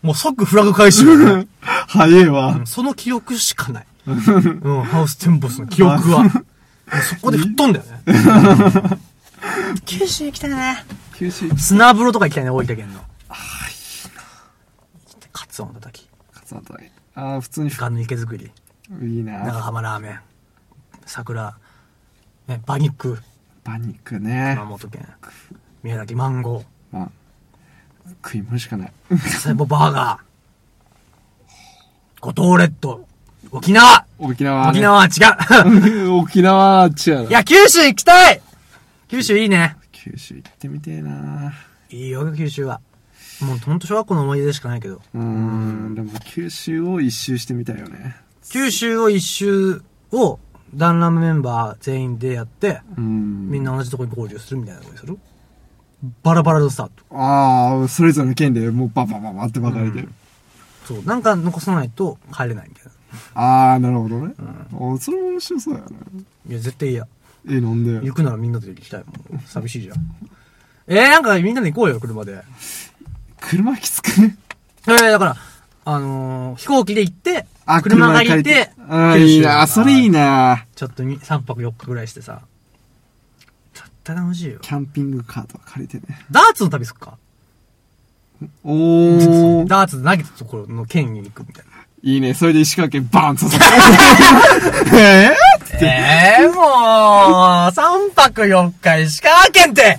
もう即フラグ回収、うん早いわ。その記憶しかない。うん、ハウステンボスの記憶は。もうそこで吹っ飛んだよね。九州行きたいね。九州砂風呂とか行きたいね、大分県の。ああ、いいな。カツオのたたき、カツオとああ、普通にガの池作り。いい長な。浜ラーメン桜、ね、馬肉パニックね熊。本県宮崎マンゴーまあ、食い物しかない。 佐世保バーガー五島列島沖縄沖縄はね沖縄は違 沖縄、違うう。ないや九州行きたい九州いいね九州行ってみてえな。いいよ九州はもうほんと小学校の思い出でしかないけどうーん、でも九州を一周してみたいよね。九州を一周をダンラムメンバー全員でやってうん。みんな同じとこに合流するみたいなことにするバラバラのスタートああ、それぞれの県でもうババババって分かれてる。そうなんか残さないと帰れないみたいなああ、なるほどね。ああ、それも面白そうやね。いや絶対嫌え、なんで行くならみんなで行きたいもん。寂しいじゃん。えー、なんかみんなで行こうよ、車で。車きつくね。えー、だから、あのー、飛行機で行って、あ、車借り借りて、ああ、九州いいな。あそれいいな。ちょっとに3泊4日ぐらいしてさ。絶対楽しいよ。キャンピングカーとか借りてね。ダーツの旅すっかおー。ダーツ投げたところの県に行くみたいいいね。それで石川県バーン刺さって。 えな。えー、 もう、3泊4日石川県って、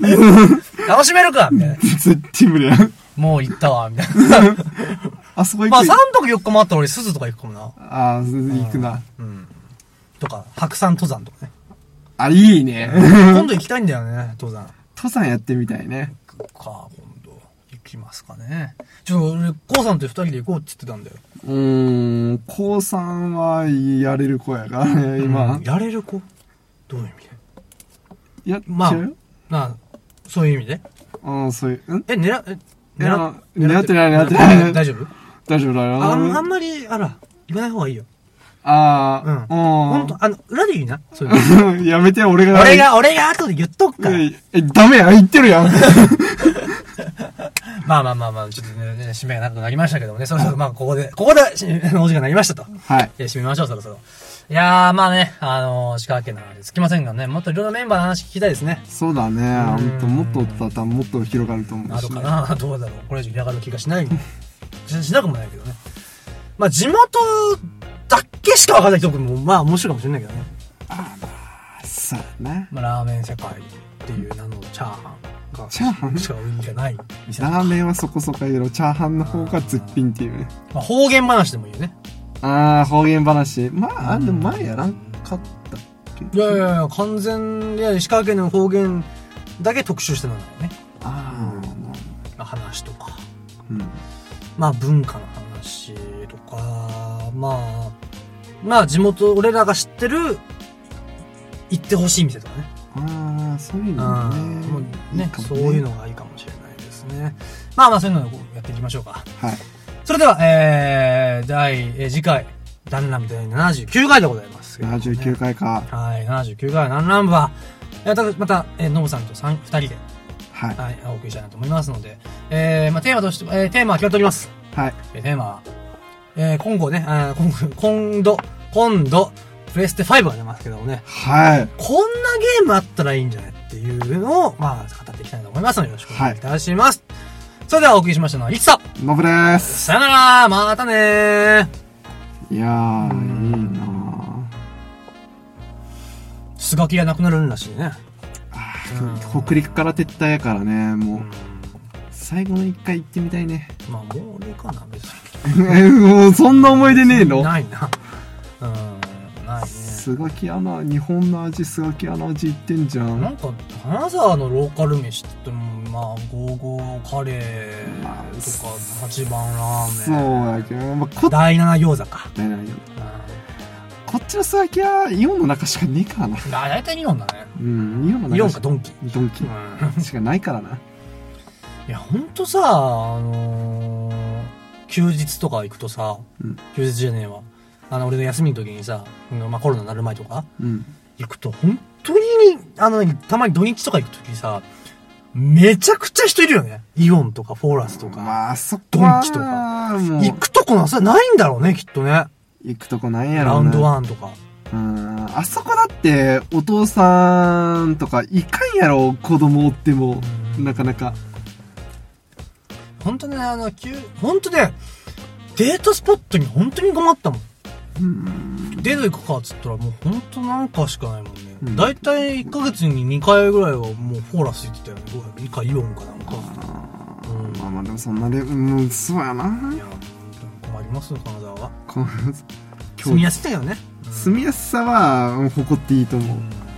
楽しめるかみたいな。ー絶対無理や。もう行ったわ、みたい な。あそこ行く。まあ3泊4日もあったら俺、鈴とか行くかもな。ああ、行くな。うん。とか、白山登山とかね。あ、いいね。今度行きたいんだよね、登山。登山やってみたいね。か、今度。行きますかね。ちょっと俺、コウさんと二人で行こうって言ってたんだよ。うーん、高3はやれる子やからね、今。やれる子どういう意味でいや、まあ違うよ。まあ、そういう意味で。うん、そういう、んえ、狙、え、いや狙ってない狙って狙なっい大丈夫大丈夫だよ。あんあんまり、あら、言わない方がいいよ。あー、ほんと、あの、裏でいいな。そう いうのうん。 やめて、俺が。俺が、俺が後で言っとくから。え、えダメや、言ってる やん。まあまあまあまあ、ちょっとね、ね締めがなくなりましたけどもね、そろそろまあ、ここで、ここで、しお時間になりましたと。はい。えー、締めましょう、そろそろ。いやー、まあね、あのー、石川県の話つきませんがね、もっといろんなメンバーの話聞きたいですね。そうだね。んほんと、もっとおったら多分もっと広がると思うあるし、かね。な、どうだろう。これ以上嫌がる気がしない。ししなくもないけどね。まあ、地元だけしかわからない人も、まあ面白いかもしれないけどね。そうだね。まあ、ラーメン世界っていう名のチャーハンが、チャーハンしか売りがない店とラか。ーメンはそこそこいろ、チャーハンの方が絶品っていうね。まあ、方言話でもいいよね。ああ、方言話。まあ、でも前やらんかったっいけやいやいや、完全、いや、石川県の方言だけ特集してたんだよね。ああ、まあ話とか。うん。まあ文化の話とか、まあ、まあ地元、俺らが知ってる、行ってほしい店とかね。ああ、そういうのああもね。もういいねかもそういう。のがいいかもしれないですね。まあまあそういうのをやっていきましょうか。はい。それでは、えー、第、えー次回、ダンラム第79回でございますけどね、 79回か。はい、79回ダンラムは、えーただまた、えー、ノブさんと3、2人で、はい。はい、お送りしたいなと思いますので、えー、まあテーマとして、えー、テーマは決まっております。はい。えーテーマは、えー、今後ね、あー今後、今度、今度、プレステ5が出ますけどもね、はい。こんなゲームあったらいいんじゃないっていうのを、まあ、語っていきたいと思いますので、よろしくお願いいたします。それではお送りしましたのは、リツさんノブです。さよならまたねーいやー、うんいいなースガキがなくなるらしいね。あうんー北陸から撤退やからね、うもんう、。最後の一回行ってみたいね。 まあ、もう俺かな、別に。え、もうそんな思い出ねえのないな。うん、ないね。スガキアナ、日本の味、スガキアナ味言ってんじゃん。なんか、金沢のローカル飯って言っても、まあ、ゴーゴーカレーまあとか、八番ラそうーメン。やけど、まあ、こっち第七餃子か。だよねうんこっちのスガキはイオンの中しかねえからな。だ大体日本だね。うん、イオンのイオ中ンしかか。ドンキ。ドンキうんしかないからな。いや、ほんとさ、あのー休日とか行くとさ、うん休日じゃねえわ。あの、俺の休みの時にさ、まあ、コロナになる前とか、うん。行くと、本当に、あの、たまに土日とか行く時さ、めちゃくちゃ人いるよね。イオンとかフォーラスとか。まあ、そこは、ドンキとかもう行、くとこなさ、ないんだろうね、きっとね。行くとこないやラろウうンな。ドワンとか。うん、あそこだって、お父さんとか、いかんやろ、子供おっても、なかなか。本当ね、あの、急、本当ね、デートスポットに本当に困ったもん。うん、デート行くかっつったらもうほんとなんかしかないもんね、うんだいたい1ヶ月に2回ぐらいはもうフォーラス行ってたよね以下イオンかなんかうん。まあまあ、でもそんなで、うん、そうやないや困りますよ金沢はこの住みやすいんだよね、住みやすさは、うん誇っていいと思う。うん